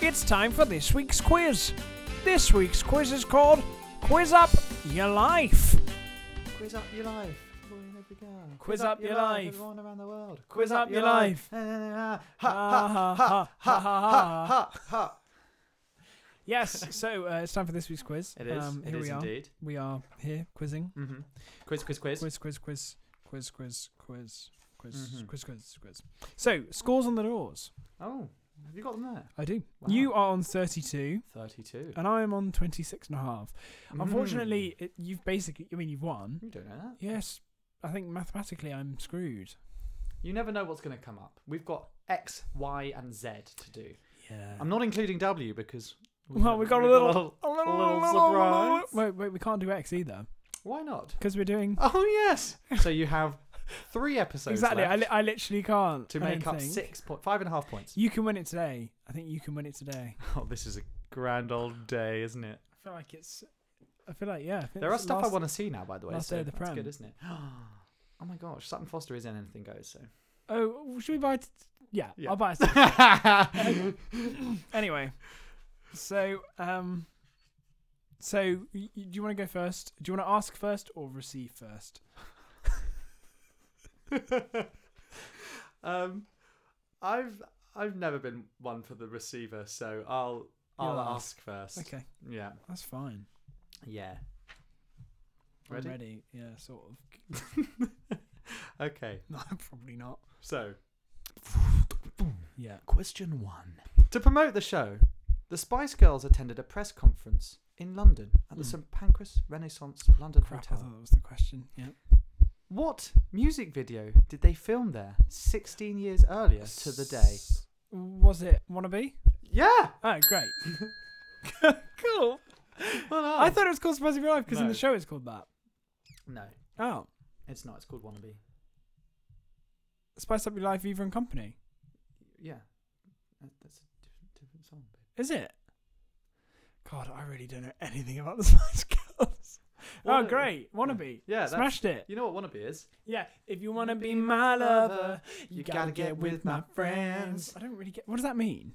[SPEAKER 1] It's time for this week's quiz. This week's quiz is called Quiz Up Your Life.
[SPEAKER 2] Quiz up your life. boy and every girl.
[SPEAKER 1] Quiz up your life.
[SPEAKER 2] Everyone around the world.
[SPEAKER 1] Quiz up your life.
[SPEAKER 2] Na, na, na, na.
[SPEAKER 1] Ha, ha, ha, ha, ha,
[SPEAKER 2] ha, ha.
[SPEAKER 1] Yes, so uh, it's time for this week's quiz.
[SPEAKER 2] It is.
[SPEAKER 1] Um,
[SPEAKER 2] it
[SPEAKER 1] here
[SPEAKER 2] is
[SPEAKER 1] we are.
[SPEAKER 2] indeed.
[SPEAKER 1] We are here quizzing.
[SPEAKER 2] Mm-hmm. Quiz, quiz, quiz.
[SPEAKER 1] Quiz, quiz, quiz, quiz, quiz, quiz, quiz,
[SPEAKER 2] Mhm.
[SPEAKER 1] quiz, quiz, quiz. So, scores on the doors.
[SPEAKER 2] Oh, have you got them there?
[SPEAKER 1] I do.
[SPEAKER 2] Wow.
[SPEAKER 1] You are on 32,
[SPEAKER 2] 32.
[SPEAKER 1] and I am on 26 and a half. Uh, Unfortunately, it, you've basically, I mean, you've won.
[SPEAKER 2] Mm. you don't know that.
[SPEAKER 1] Yes, I think mathematically I'm screwed.
[SPEAKER 2] You never know what's going to come up. We've got X, Y, and Z to do.
[SPEAKER 1] Yeah.
[SPEAKER 2] I'm not including W because.
[SPEAKER 1] well, we got a little, a little, *laughs*
[SPEAKER 2] little surprise.
[SPEAKER 1] Wait, wait, we can't do X either
[SPEAKER 2] Why not?
[SPEAKER 1] because we're doing
[SPEAKER 2] Oh yes. so you have
[SPEAKER 1] *laughs*
[SPEAKER 2] three episodes
[SPEAKER 1] exactly. I,
[SPEAKER 2] left
[SPEAKER 1] li- I literally can't
[SPEAKER 2] to
[SPEAKER 1] I
[SPEAKER 2] make
[SPEAKER 1] don't
[SPEAKER 2] up
[SPEAKER 1] think.
[SPEAKER 2] six point five and a half points.
[SPEAKER 1] You can win it today. I think you can win it today.
[SPEAKER 2] Oh, this is a grand old day, isn't it?
[SPEAKER 1] I feel like it's. I feel like yeah. I think
[SPEAKER 2] There are
[SPEAKER 1] it's
[SPEAKER 2] stuff I
[SPEAKER 1] last-
[SPEAKER 2] want to see now, by the way.
[SPEAKER 1] last
[SPEAKER 2] so
[SPEAKER 1] day of the
[SPEAKER 2] that's
[SPEAKER 1] Prem.
[SPEAKER 2] good, isn't it? *gasps* Oh my gosh, Sutton Foster is in Anything
[SPEAKER 1] *laughs*
[SPEAKER 2] Goes. So *laughs*
[SPEAKER 1] Oh, should we buy? It? Yeah,
[SPEAKER 2] Yeah.
[SPEAKER 1] I'll buy it.
[SPEAKER 2] I *laughs*
[SPEAKER 1] *laughs* anyway, so um, so y- y- do you want to go first? Do you want to ask first or receive first?
[SPEAKER 2] um, I've I've never been one for the receiver, so I'll I'll
[SPEAKER 1] You'll
[SPEAKER 2] ask first.
[SPEAKER 1] Okay,
[SPEAKER 2] Yeah.
[SPEAKER 1] that's fine.
[SPEAKER 2] Yeah. *laughs*
[SPEAKER 1] I'm
[SPEAKER 2] Ready?
[SPEAKER 1] ready. Yeah, sort of.
[SPEAKER 2] *laughs* Okay.
[SPEAKER 1] No, probably not.
[SPEAKER 2] So
[SPEAKER 1] Yeah.
[SPEAKER 2] question one. To promote the show, the Spice Girls attended a press conference in London at the
[SPEAKER 1] Hmm.
[SPEAKER 2] St Pancras Renaissance London
[SPEAKER 1] Crap, I
[SPEAKER 2] Hotel.
[SPEAKER 1] thought that was the question. Yeah.
[SPEAKER 2] What music video did they film there 16 years earlier Oh, to the day?
[SPEAKER 1] Was it Wanna Be?
[SPEAKER 2] Yeah!
[SPEAKER 1] Oh,
[SPEAKER 2] *laughs*
[SPEAKER 1] great. *laughs* cool.
[SPEAKER 2] Well done.
[SPEAKER 1] I thought it was called Surprise of Your Life because in
[SPEAKER 2] No.
[SPEAKER 1] the show it's called that.
[SPEAKER 2] no,
[SPEAKER 1] Oh.
[SPEAKER 2] it's not. It's called Wannabe.
[SPEAKER 1] Spice Up Your Life, Eva and Company.
[SPEAKER 2] Yeah. That- That's a different, different song. Babe.
[SPEAKER 1] Is it? God, I really don't know anything about the *laughs* Spice Girls. oh,
[SPEAKER 2] Wannabe.
[SPEAKER 1] great. Wannabe.
[SPEAKER 2] Yeah, that's-
[SPEAKER 1] Smashed it.
[SPEAKER 2] You know what Wannabe is?
[SPEAKER 1] Yeah. If you want to be my lover, you got to get with my friends. I don't really get. What does that mean?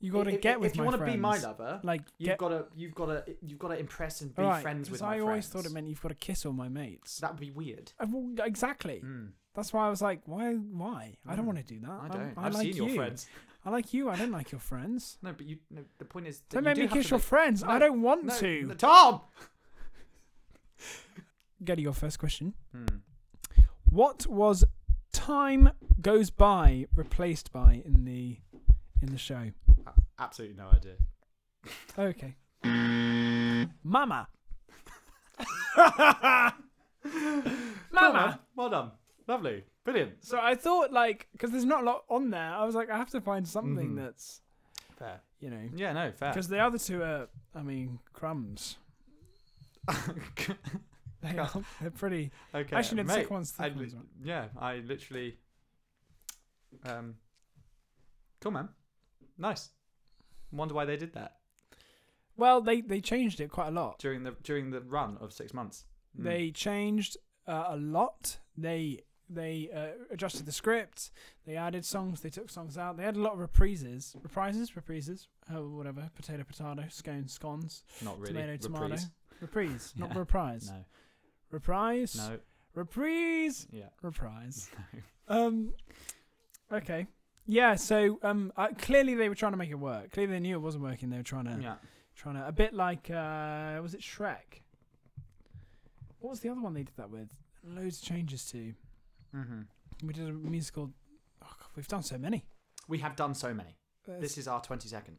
[SPEAKER 1] You got to
[SPEAKER 2] If-
[SPEAKER 1] get with
[SPEAKER 2] If you
[SPEAKER 1] my
[SPEAKER 2] wanna
[SPEAKER 1] friends.
[SPEAKER 2] be my lover,
[SPEAKER 1] Like,
[SPEAKER 2] you've
[SPEAKER 1] get.
[SPEAKER 2] got to you've got to you've got to impress and be
[SPEAKER 1] Alright,
[SPEAKER 2] friends
[SPEAKER 1] 'cause
[SPEAKER 2] with my
[SPEAKER 1] I always
[SPEAKER 2] friends.
[SPEAKER 1] thought it meant you've got to kiss all my mates.
[SPEAKER 2] that would be weird.
[SPEAKER 1] Uh, well, exactly.
[SPEAKER 2] Mm,
[SPEAKER 1] That's why I was like, why? Why? I don't
[SPEAKER 2] Mm.
[SPEAKER 1] want to do that.
[SPEAKER 2] I
[SPEAKER 1] I'm-
[SPEAKER 2] don't.
[SPEAKER 1] I
[SPEAKER 2] have
[SPEAKER 1] like
[SPEAKER 2] seen
[SPEAKER 1] you.
[SPEAKER 2] your friends.
[SPEAKER 1] I like you. I don't like your friends.
[SPEAKER 2] No, but you. No, the point is. that
[SPEAKER 1] Don't
[SPEAKER 2] you
[SPEAKER 1] make
[SPEAKER 2] do
[SPEAKER 1] me
[SPEAKER 2] have to
[SPEAKER 1] kiss your
[SPEAKER 2] make-
[SPEAKER 1] friends. I
[SPEAKER 2] No,
[SPEAKER 1] don't want
[SPEAKER 2] no,
[SPEAKER 1] to.
[SPEAKER 2] no, Tom.
[SPEAKER 1] Go to your first question.
[SPEAKER 2] Mm.
[SPEAKER 1] What was time goes by replaced by in the in the show?
[SPEAKER 2] A- Absolutely no idea.
[SPEAKER 1] Okay. Mama.
[SPEAKER 2] *laughs*
[SPEAKER 1] Mama.
[SPEAKER 2] Mama. Well done. Lovely. Brilliant.
[SPEAKER 1] So I thought like because there's not a lot on there. I was like, I have to find something
[SPEAKER 2] Mhm.
[SPEAKER 1] that's
[SPEAKER 2] Fair.
[SPEAKER 1] you know
[SPEAKER 2] Yeah, no, fair.
[SPEAKER 1] because the other two are I mean crumbs. They are, they're pretty.
[SPEAKER 2] *laughs* okay.
[SPEAKER 1] Actually, no, the
[SPEAKER 2] mate,
[SPEAKER 1] second one's the
[SPEAKER 2] I
[SPEAKER 1] second
[SPEAKER 2] li-
[SPEAKER 1] one's right.
[SPEAKER 2] Yeah, I literally. Um, cool, man. Nice. Wonder why they did that
[SPEAKER 1] Well, they they changed it quite a lot.
[SPEAKER 2] Hmm. during the during the run of six months. Mm.
[SPEAKER 1] They changed uh, a lot. They they uh, adjusted the script. They added songs. They took songs out. They had a lot of reprises, reprises, reprises, oh, whatever. Potato, potato, scone, scones,
[SPEAKER 2] Not really.
[SPEAKER 1] tomato, tomato,
[SPEAKER 2] Reprise. *laughs*
[SPEAKER 1] reprise, not
[SPEAKER 2] Yeah.
[SPEAKER 1] reprise,
[SPEAKER 2] No.
[SPEAKER 1] reprise,
[SPEAKER 2] No.
[SPEAKER 1] reprise,
[SPEAKER 2] Yeah. *laughs*
[SPEAKER 1] reprise. Um, okay, yeah. So um, I, clearly they were trying to make it work. Clearly they knew it wasn't working. They were trying to
[SPEAKER 2] Yeah.
[SPEAKER 1] trying to a bit like uh, was it Shrek? What was the other one they did that with? Loads of changes to.
[SPEAKER 2] Mm-hmm.
[SPEAKER 1] We did a musical. Oh God, we've done so many.
[SPEAKER 2] We have done so many.
[SPEAKER 1] There's-
[SPEAKER 2] This is our 22nd.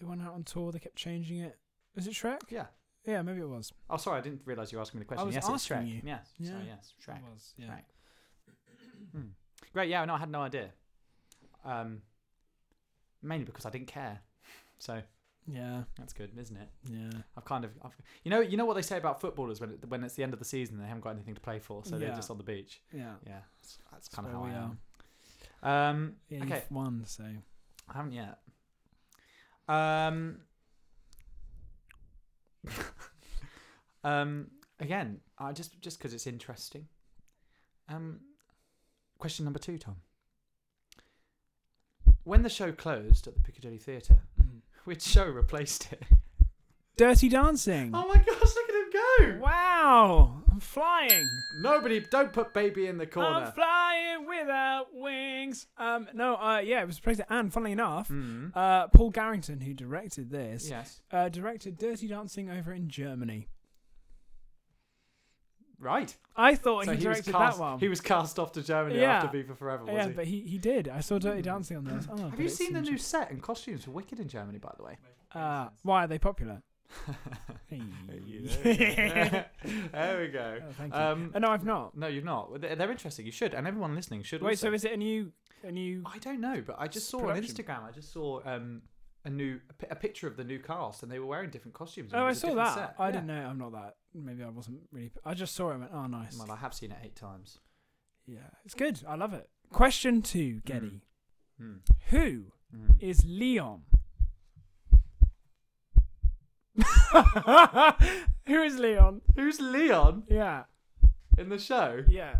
[SPEAKER 1] It went out on tour. They kept changing it. Is it Shrek?
[SPEAKER 2] Yeah.
[SPEAKER 1] Yeah, maybe it was.
[SPEAKER 2] Oh, sorry, I didn't realise you were asking me the question.
[SPEAKER 1] was
[SPEAKER 2] yes, it's
[SPEAKER 1] asking
[SPEAKER 2] Shrek.
[SPEAKER 1] you.
[SPEAKER 2] Yes. Yeah.
[SPEAKER 1] Yeah.
[SPEAKER 2] yes, Shrek.
[SPEAKER 1] It was. Yeah.
[SPEAKER 2] Right. Hmm. Great. Yeah. No, I had no idea. Um, mainly because I didn't care. *laughs* So
[SPEAKER 1] Yeah.
[SPEAKER 2] that's good, isn't it?
[SPEAKER 1] Yeah.
[SPEAKER 2] I've kind of, I've, you know, you know what they say about footballers when it, when it's the end of the season, they haven't got anything to play for, so they're
[SPEAKER 1] Yeah.
[SPEAKER 2] just on the beach.
[SPEAKER 1] Yeah.
[SPEAKER 2] Yeah, that's, that's kind of
[SPEAKER 1] where
[SPEAKER 2] how
[SPEAKER 1] we
[SPEAKER 2] I
[SPEAKER 1] are.
[SPEAKER 2] am. Um,
[SPEAKER 1] Yeah,
[SPEAKER 2] okay,
[SPEAKER 1] you've won. So
[SPEAKER 2] I haven't yet. Um, *laughs* um, again, I just just because it's interesting. Um, question number two, Tom. When the show closed at the Piccadilly Theatre, which show replaced it?
[SPEAKER 1] Dirty Dancing.
[SPEAKER 2] *laughs* Oh my gosh! Look at him go!
[SPEAKER 1] Wow! I'm flying.
[SPEAKER 2] Nobody, don't put baby in the
[SPEAKER 1] I'm
[SPEAKER 2] corner.
[SPEAKER 1] flying without wings. Um, no. Uh, yeah, it was praised. And funnily enough,
[SPEAKER 2] *laughs* Mm.
[SPEAKER 1] uh, Paul Garrington, who directed this,
[SPEAKER 2] Yes.
[SPEAKER 1] uh, directed Dirty Dancing over in Germany.
[SPEAKER 2] Right.
[SPEAKER 1] I thought he
[SPEAKER 2] was
[SPEAKER 1] directed
[SPEAKER 2] cast,
[SPEAKER 1] that one.
[SPEAKER 2] He was cast off to Germany
[SPEAKER 1] Yeah.
[SPEAKER 2] after Viva Forever, Oh, was
[SPEAKER 1] yeah,
[SPEAKER 2] he? Hmm.
[SPEAKER 1] but he, he did. I saw Dirty Dancing on this. Oh,
[SPEAKER 2] Have
[SPEAKER 1] but
[SPEAKER 2] you
[SPEAKER 1] it's in
[SPEAKER 2] seen the
[SPEAKER 1] Ge-
[SPEAKER 2] new set and costumes for Wicked in Germany, by the way?
[SPEAKER 1] Uh, why are they
[SPEAKER 2] *laughs*
[SPEAKER 1] popular? Hey. *laughs*
[SPEAKER 2] there we go.
[SPEAKER 1] Oh, thank you.
[SPEAKER 2] Um,
[SPEAKER 1] Uh, no, I've not.
[SPEAKER 2] no, you've not. Well, They're, they're interesting. You should, and everyone listening should.
[SPEAKER 1] Wait,
[SPEAKER 2] also.
[SPEAKER 1] so is it a new, a new?
[SPEAKER 2] I don't know, but I just saw on
[SPEAKER 1] Production.
[SPEAKER 2] Instagram. I just saw um, a new a, pi- a picture of the new cast, and they were wearing different costumes. and
[SPEAKER 1] Oh,
[SPEAKER 2] it
[SPEAKER 1] I
[SPEAKER 2] was a
[SPEAKER 1] saw
[SPEAKER 2] different
[SPEAKER 1] that.
[SPEAKER 2] set.
[SPEAKER 1] I
[SPEAKER 2] Yeah.
[SPEAKER 1] didn't know. I'm not that. Maybe I wasn't really. I just saw it. And went, oh, nice.
[SPEAKER 2] Well, I have seen it eight times.
[SPEAKER 1] Yeah, it's good. I love it. Question two, Getty.
[SPEAKER 2] Hmm.
[SPEAKER 1] Who *laughs*
[SPEAKER 2] Hmm.
[SPEAKER 1] is Leon? Who is Leon?
[SPEAKER 2] Who's Leon
[SPEAKER 1] Yeah,
[SPEAKER 2] in the show?
[SPEAKER 1] yeah.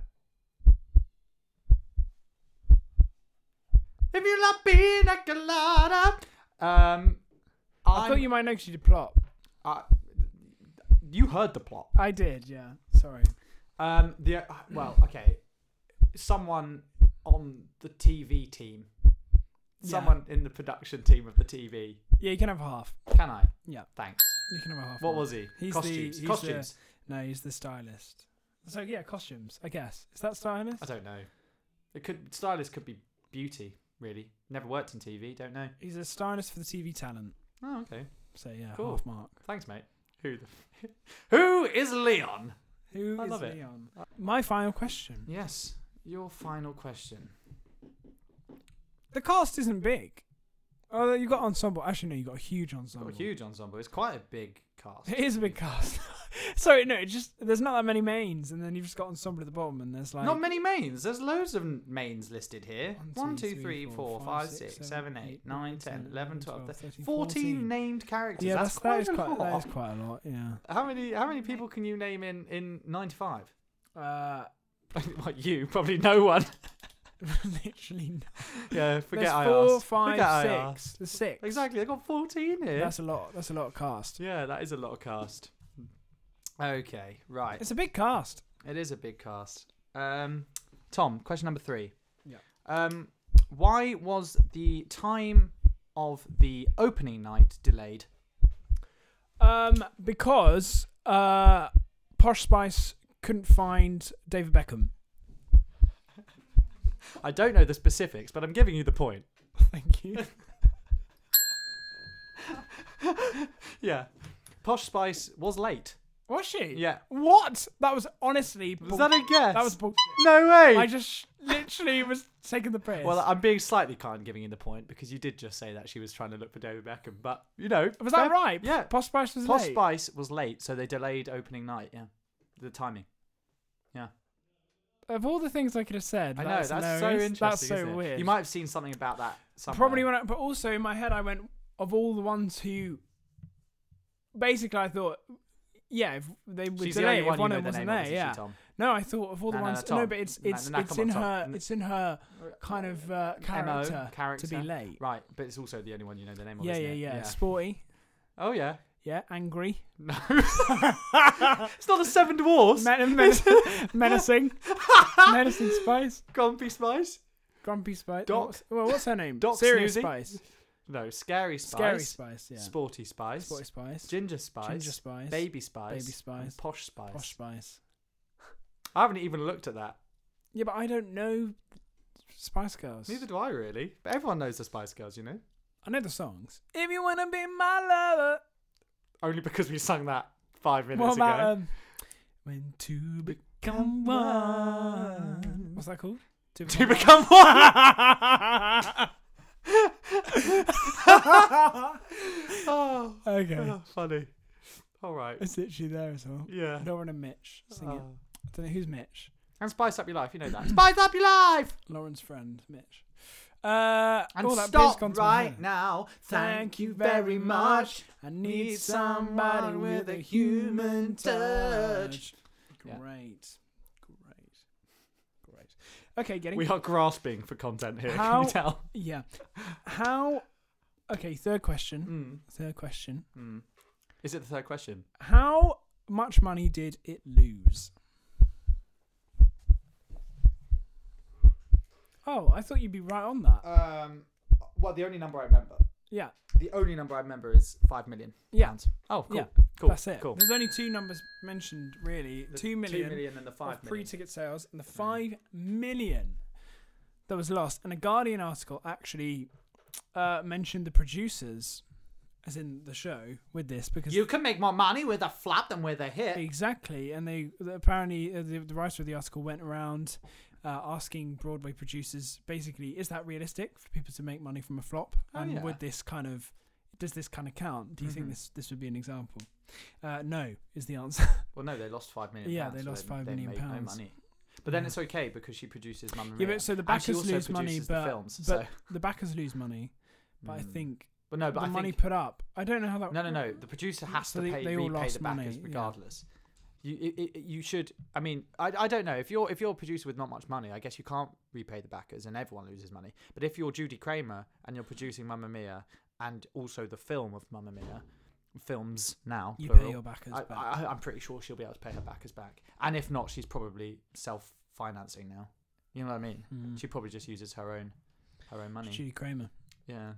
[SPEAKER 2] If you love being a colada. Um,
[SPEAKER 1] I thought you might know 'cause you did plot.
[SPEAKER 2] I, you heard the plot.
[SPEAKER 1] I did. Yeah. Sorry.
[SPEAKER 2] Um, the
[SPEAKER 1] *clears throat*
[SPEAKER 2] well, okay, someone on the TV team,
[SPEAKER 1] Yeah.
[SPEAKER 2] someone in the production team of the TV.
[SPEAKER 1] Yeah, you can have half.
[SPEAKER 2] Can I?
[SPEAKER 1] Yeah.
[SPEAKER 2] Thanks.
[SPEAKER 1] You can have a half.
[SPEAKER 2] What
[SPEAKER 1] mark.
[SPEAKER 2] was he?
[SPEAKER 1] He's the-
[SPEAKER 2] costumes.
[SPEAKER 1] he's the-
[SPEAKER 2] costumes.
[SPEAKER 1] No, he's the stylist. So yeah, costumes. I guess is that stylist?
[SPEAKER 2] I don't know. It could stylist could be beauty. Really, never worked in TV. Don't know.
[SPEAKER 1] He's a stylist for the TV talent.
[SPEAKER 2] Oh, okay.
[SPEAKER 1] So yeah,
[SPEAKER 2] Cool.
[SPEAKER 1] half mark.
[SPEAKER 2] Thanks, mate. Who the? *laughs* Who is Leon?
[SPEAKER 1] Who is
[SPEAKER 2] I love it.
[SPEAKER 1] Leon? My final question.
[SPEAKER 2] Yes. Your final question.
[SPEAKER 1] The cast isn't big. Oh, you got ensemble. Actually, no, you got a huge ensemble.
[SPEAKER 2] Got a huge ensemble. It's quite a big cast.
[SPEAKER 1] It is a big cast. *laughs* Sorry, no, it just there's not that many mains, and then you've just got ensemble at the bottom, and there's like
[SPEAKER 2] Not many mains. There's loads of mains listed here.
[SPEAKER 1] One,
[SPEAKER 2] One,
[SPEAKER 1] two,
[SPEAKER 2] two, three, four, five, six, seven, eight, nine, ten, eleven, twelve, thirteen,
[SPEAKER 1] 13,
[SPEAKER 2] fourteen
[SPEAKER 1] 14.
[SPEAKER 2] named characters.
[SPEAKER 1] yeah,
[SPEAKER 2] that's,
[SPEAKER 1] that's, that is
[SPEAKER 2] quite a
[SPEAKER 1] quite that
[SPEAKER 2] lot.
[SPEAKER 1] is quite a lot. Yeah.
[SPEAKER 2] How many how many people can you name in in 95? *laughs*
[SPEAKER 1] Uh, *laughs*
[SPEAKER 2] Like you, probably no one. *laughs*
[SPEAKER 1] literally, no.
[SPEAKER 2] yeah, forget
[SPEAKER 1] there's
[SPEAKER 2] I
[SPEAKER 1] four,
[SPEAKER 2] asked.
[SPEAKER 1] five,
[SPEAKER 2] forget I
[SPEAKER 1] six.
[SPEAKER 2] asked.
[SPEAKER 1] There's six.
[SPEAKER 2] Exactly, I got 14 here.
[SPEAKER 1] That's a lot. That's a lot of cast.
[SPEAKER 2] yeah, that is a lot of cast. Okay, right.
[SPEAKER 1] It's a big cast.
[SPEAKER 2] It is a big cast. Um, Tom, question number three.
[SPEAKER 1] Yeah.
[SPEAKER 2] Um, why was the time of the opening night delayed?
[SPEAKER 1] Um, because uh, Posh Spice couldn't find David Beckham.
[SPEAKER 2] I don't know the specifics, but I'm giving you the point.
[SPEAKER 1] *laughs* Thank you.
[SPEAKER 2] Yeah. Posh Spice was late.
[SPEAKER 1] *laughs* Was she?
[SPEAKER 2] Yeah.
[SPEAKER 1] What? That was honestly.
[SPEAKER 2] Was
[SPEAKER 1] bull-
[SPEAKER 2] that a guess?
[SPEAKER 1] that was bullshit.
[SPEAKER 2] no way.
[SPEAKER 1] I just literally was taking the piss.
[SPEAKER 2] well, I'm being slightly kind giving you the point because you did just say that she was trying to look for David Beckham, but you know.
[SPEAKER 1] was that
[SPEAKER 2] fair-
[SPEAKER 1] right?
[SPEAKER 2] Yeah.
[SPEAKER 1] Posh Spice was
[SPEAKER 2] Posh
[SPEAKER 1] late.
[SPEAKER 2] Spice was late, so they delayed opening night. Yeah. The timing.
[SPEAKER 1] Of all the things I could have said,
[SPEAKER 2] I know
[SPEAKER 1] that's,
[SPEAKER 2] that's so
[SPEAKER 1] hilarious.
[SPEAKER 2] interesting.
[SPEAKER 1] That's so
[SPEAKER 2] isn't it?
[SPEAKER 1] weird.
[SPEAKER 2] You might have seen something about that. Somewhere.
[SPEAKER 1] probably when, I, but also in my head, I went of all the ones who. Basically, I thought, yeah, if they would
[SPEAKER 2] She's the
[SPEAKER 1] delay
[SPEAKER 2] only
[SPEAKER 1] it if
[SPEAKER 2] one
[SPEAKER 1] one
[SPEAKER 2] who
[SPEAKER 1] of
[SPEAKER 2] knew
[SPEAKER 1] them wasn't
[SPEAKER 2] the name
[SPEAKER 1] there.
[SPEAKER 2] of, isn't she,
[SPEAKER 1] yeah.
[SPEAKER 2] Tom?
[SPEAKER 1] No, I thought of all the
[SPEAKER 2] No, no,
[SPEAKER 1] ones.
[SPEAKER 2] no,
[SPEAKER 1] No,
[SPEAKER 2] Tom.
[SPEAKER 1] but it's
[SPEAKER 2] No,
[SPEAKER 1] it's
[SPEAKER 2] no,
[SPEAKER 1] it's
[SPEAKER 2] come
[SPEAKER 1] in
[SPEAKER 2] on, Tom.
[SPEAKER 1] her
[SPEAKER 2] N-
[SPEAKER 1] it's in her kind of uh,
[SPEAKER 2] MO,
[SPEAKER 1] character,
[SPEAKER 2] character.
[SPEAKER 1] to be late.
[SPEAKER 2] Right, but it's also the only one you know the name of.
[SPEAKER 1] Yeah,
[SPEAKER 2] isn't
[SPEAKER 1] yeah,
[SPEAKER 2] it?
[SPEAKER 1] yeah, Sporty.
[SPEAKER 2] Oh yeah.
[SPEAKER 1] Yeah,
[SPEAKER 2] *laughs*
[SPEAKER 1] angry.
[SPEAKER 2] No. it's not the Seven Dwarfs. *laughs*
[SPEAKER 1] Men- men- menacing. menacing Spice.
[SPEAKER 2] Grumpy Spice.
[SPEAKER 1] Grumpy Spice.
[SPEAKER 2] Doc.
[SPEAKER 1] What's, well, what's her name?
[SPEAKER 2] Doc
[SPEAKER 1] Serious
[SPEAKER 2] Snoozy.
[SPEAKER 1] Spice.
[SPEAKER 2] No, Scary Spice.
[SPEAKER 1] Scary Spice. Yeah.
[SPEAKER 2] Sporty Spice.
[SPEAKER 1] Sporty Spice.
[SPEAKER 2] Ginger Spice.
[SPEAKER 1] Ginger Spice.
[SPEAKER 2] Baby Spice.
[SPEAKER 1] Baby Spice.
[SPEAKER 2] and Posh Spice.
[SPEAKER 1] Posh Spice.
[SPEAKER 2] I haven't even looked at that.
[SPEAKER 1] Yeah, but I don't know Spice Girls.
[SPEAKER 2] Neither do I really. But everyone knows the Spice Girls, you know.
[SPEAKER 1] I know the songs. If you wanna be my lover.
[SPEAKER 2] Only because we sung that five minutes
[SPEAKER 1] What about
[SPEAKER 2] ago.
[SPEAKER 1] um, when two become one? What's that called? Two
[SPEAKER 2] to become one. oh,
[SPEAKER 1] *laughs* okay,
[SPEAKER 2] *laughs* oh, funny. All right.
[SPEAKER 1] it's literally there as well.
[SPEAKER 2] Yeah.
[SPEAKER 1] Lauren and Mitch sing it.
[SPEAKER 2] Oh.
[SPEAKER 1] I don't know who's Mitch.
[SPEAKER 2] And spice up your life, you know that. spice up your life.
[SPEAKER 1] Lauren's friend, Mitch. Uh,
[SPEAKER 2] And
[SPEAKER 1] oh, that beer's
[SPEAKER 2] stop
[SPEAKER 1] gone to my
[SPEAKER 2] right
[SPEAKER 1] head.
[SPEAKER 2] now.
[SPEAKER 1] Thank you very much. I need
[SPEAKER 2] Need
[SPEAKER 1] somebody
[SPEAKER 2] someone
[SPEAKER 1] with a human touch.
[SPEAKER 2] Yeah.
[SPEAKER 1] Great, great, great. Okay, getting
[SPEAKER 2] We are grasping for content here. Can
[SPEAKER 1] How-
[SPEAKER 2] you tell?
[SPEAKER 1] yeah. How? Okay, third question.
[SPEAKER 2] Mm,
[SPEAKER 1] Third question.
[SPEAKER 2] mm. Is it the third question?
[SPEAKER 1] How much money did it lose? Oh, I thought you'd be right on that.
[SPEAKER 2] Um, well, the only number I remember.
[SPEAKER 1] Yeah.
[SPEAKER 2] The only number I remember is five million.
[SPEAKER 1] Yeah.
[SPEAKER 2] pounds. Oh, cool.
[SPEAKER 1] Yeah,
[SPEAKER 2] cool.
[SPEAKER 1] That's it.
[SPEAKER 2] Cool.
[SPEAKER 1] There's only two numbers mentioned, really.
[SPEAKER 2] The
[SPEAKER 1] two million,
[SPEAKER 2] Two million and the five
[SPEAKER 1] of
[SPEAKER 2] million. Mm.
[SPEAKER 1] pre-ticket sales and the five million that was lost. And a Guardian article actually uh, mentioned the producers, as in the show, with this because
[SPEAKER 2] you can make more money with a flap than with a hit.
[SPEAKER 1] Exactly, and they the- apparently uh, the, the writer of the article went around uh, asking Broadway producers basically, is that realistic for people to make money from a flop,
[SPEAKER 2] Oh,
[SPEAKER 1] and
[SPEAKER 2] yeah.
[SPEAKER 1] would this kind of does this kind of count? Do you
[SPEAKER 2] Mhm.
[SPEAKER 1] think this this would be an example? Uh, no, is the answer.
[SPEAKER 2] Well, no, they lost five million.
[SPEAKER 1] Yeah,
[SPEAKER 2] pounds,
[SPEAKER 1] they
[SPEAKER 2] so
[SPEAKER 1] lost
[SPEAKER 2] they,
[SPEAKER 1] five
[SPEAKER 2] they
[SPEAKER 1] million
[SPEAKER 2] made no
[SPEAKER 1] pounds. Mm.
[SPEAKER 2] money. But then it's okay because she produces Mamma
[SPEAKER 1] yeah,
[SPEAKER 2] Mia.
[SPEAKER 1] but so the
[SPEAKER 2] and she
[SPEAKER 1] backers
[SPEAKER 2] also
[SPEAKER 1] lose
[SPEAKER 2] produces
[SPEAKER 1] money,
[SPEAKER 2] the
[SPEAKER 1] but
[SPEAKER 2] films.
[SPEAKER 1] but
[SPEAKER 2] so,
[SPEAKER 1] the backers lose money. But I
[SPEAKER 2] Mm.
[SPEAKER 1] think
[SPEAKER 2] But no, but
[SPEAKER 1] the
[SPEAKER 2] I
[SPEAKER 1] money
[SPEAKER 2] think
[SPEAKER 1] put up. I don't know how that.
[SPEAKER 2] no, no, no. The producer has
[SPEAKER 1] Oh, So
[SPEAKER 2] to
[SPEAKER 1] they-
[SPEAKER 2] pay
[SPEAKER 1] they all
[SPEAKER 2] repay the
[SPEAKER 1] lost money,
[SPEAKER 2] backers
[SPEAKER 1] yeah.
[SPEAKER 2] regardless. You it, it, you should. I mean, I, I don't know if you're if you're a producer with not much money, I guess you can't repay the backers and everyone loses money. But if you're Judy Kramer and you're producing Mamma Mia and also the film of Mamma Mia, films now
[SPEAKER 1] You
[SPEAKER 2] plural,
[SPEAKER 1] pay your backers
[SPEAKER 2] I,
[SPEAKER 1] back.
[SPEAKER 2] I, I'm pretty sure she'll be able to pay her backers back. And if not, she's probably self financing now. You know what I mean?
[SPEAKER 1] Mm.
[SPEAKER 2] She probably just uses her own her own money.
[SPEAKER 1] Judy Kramer.
[SPEAKER 2] yeah.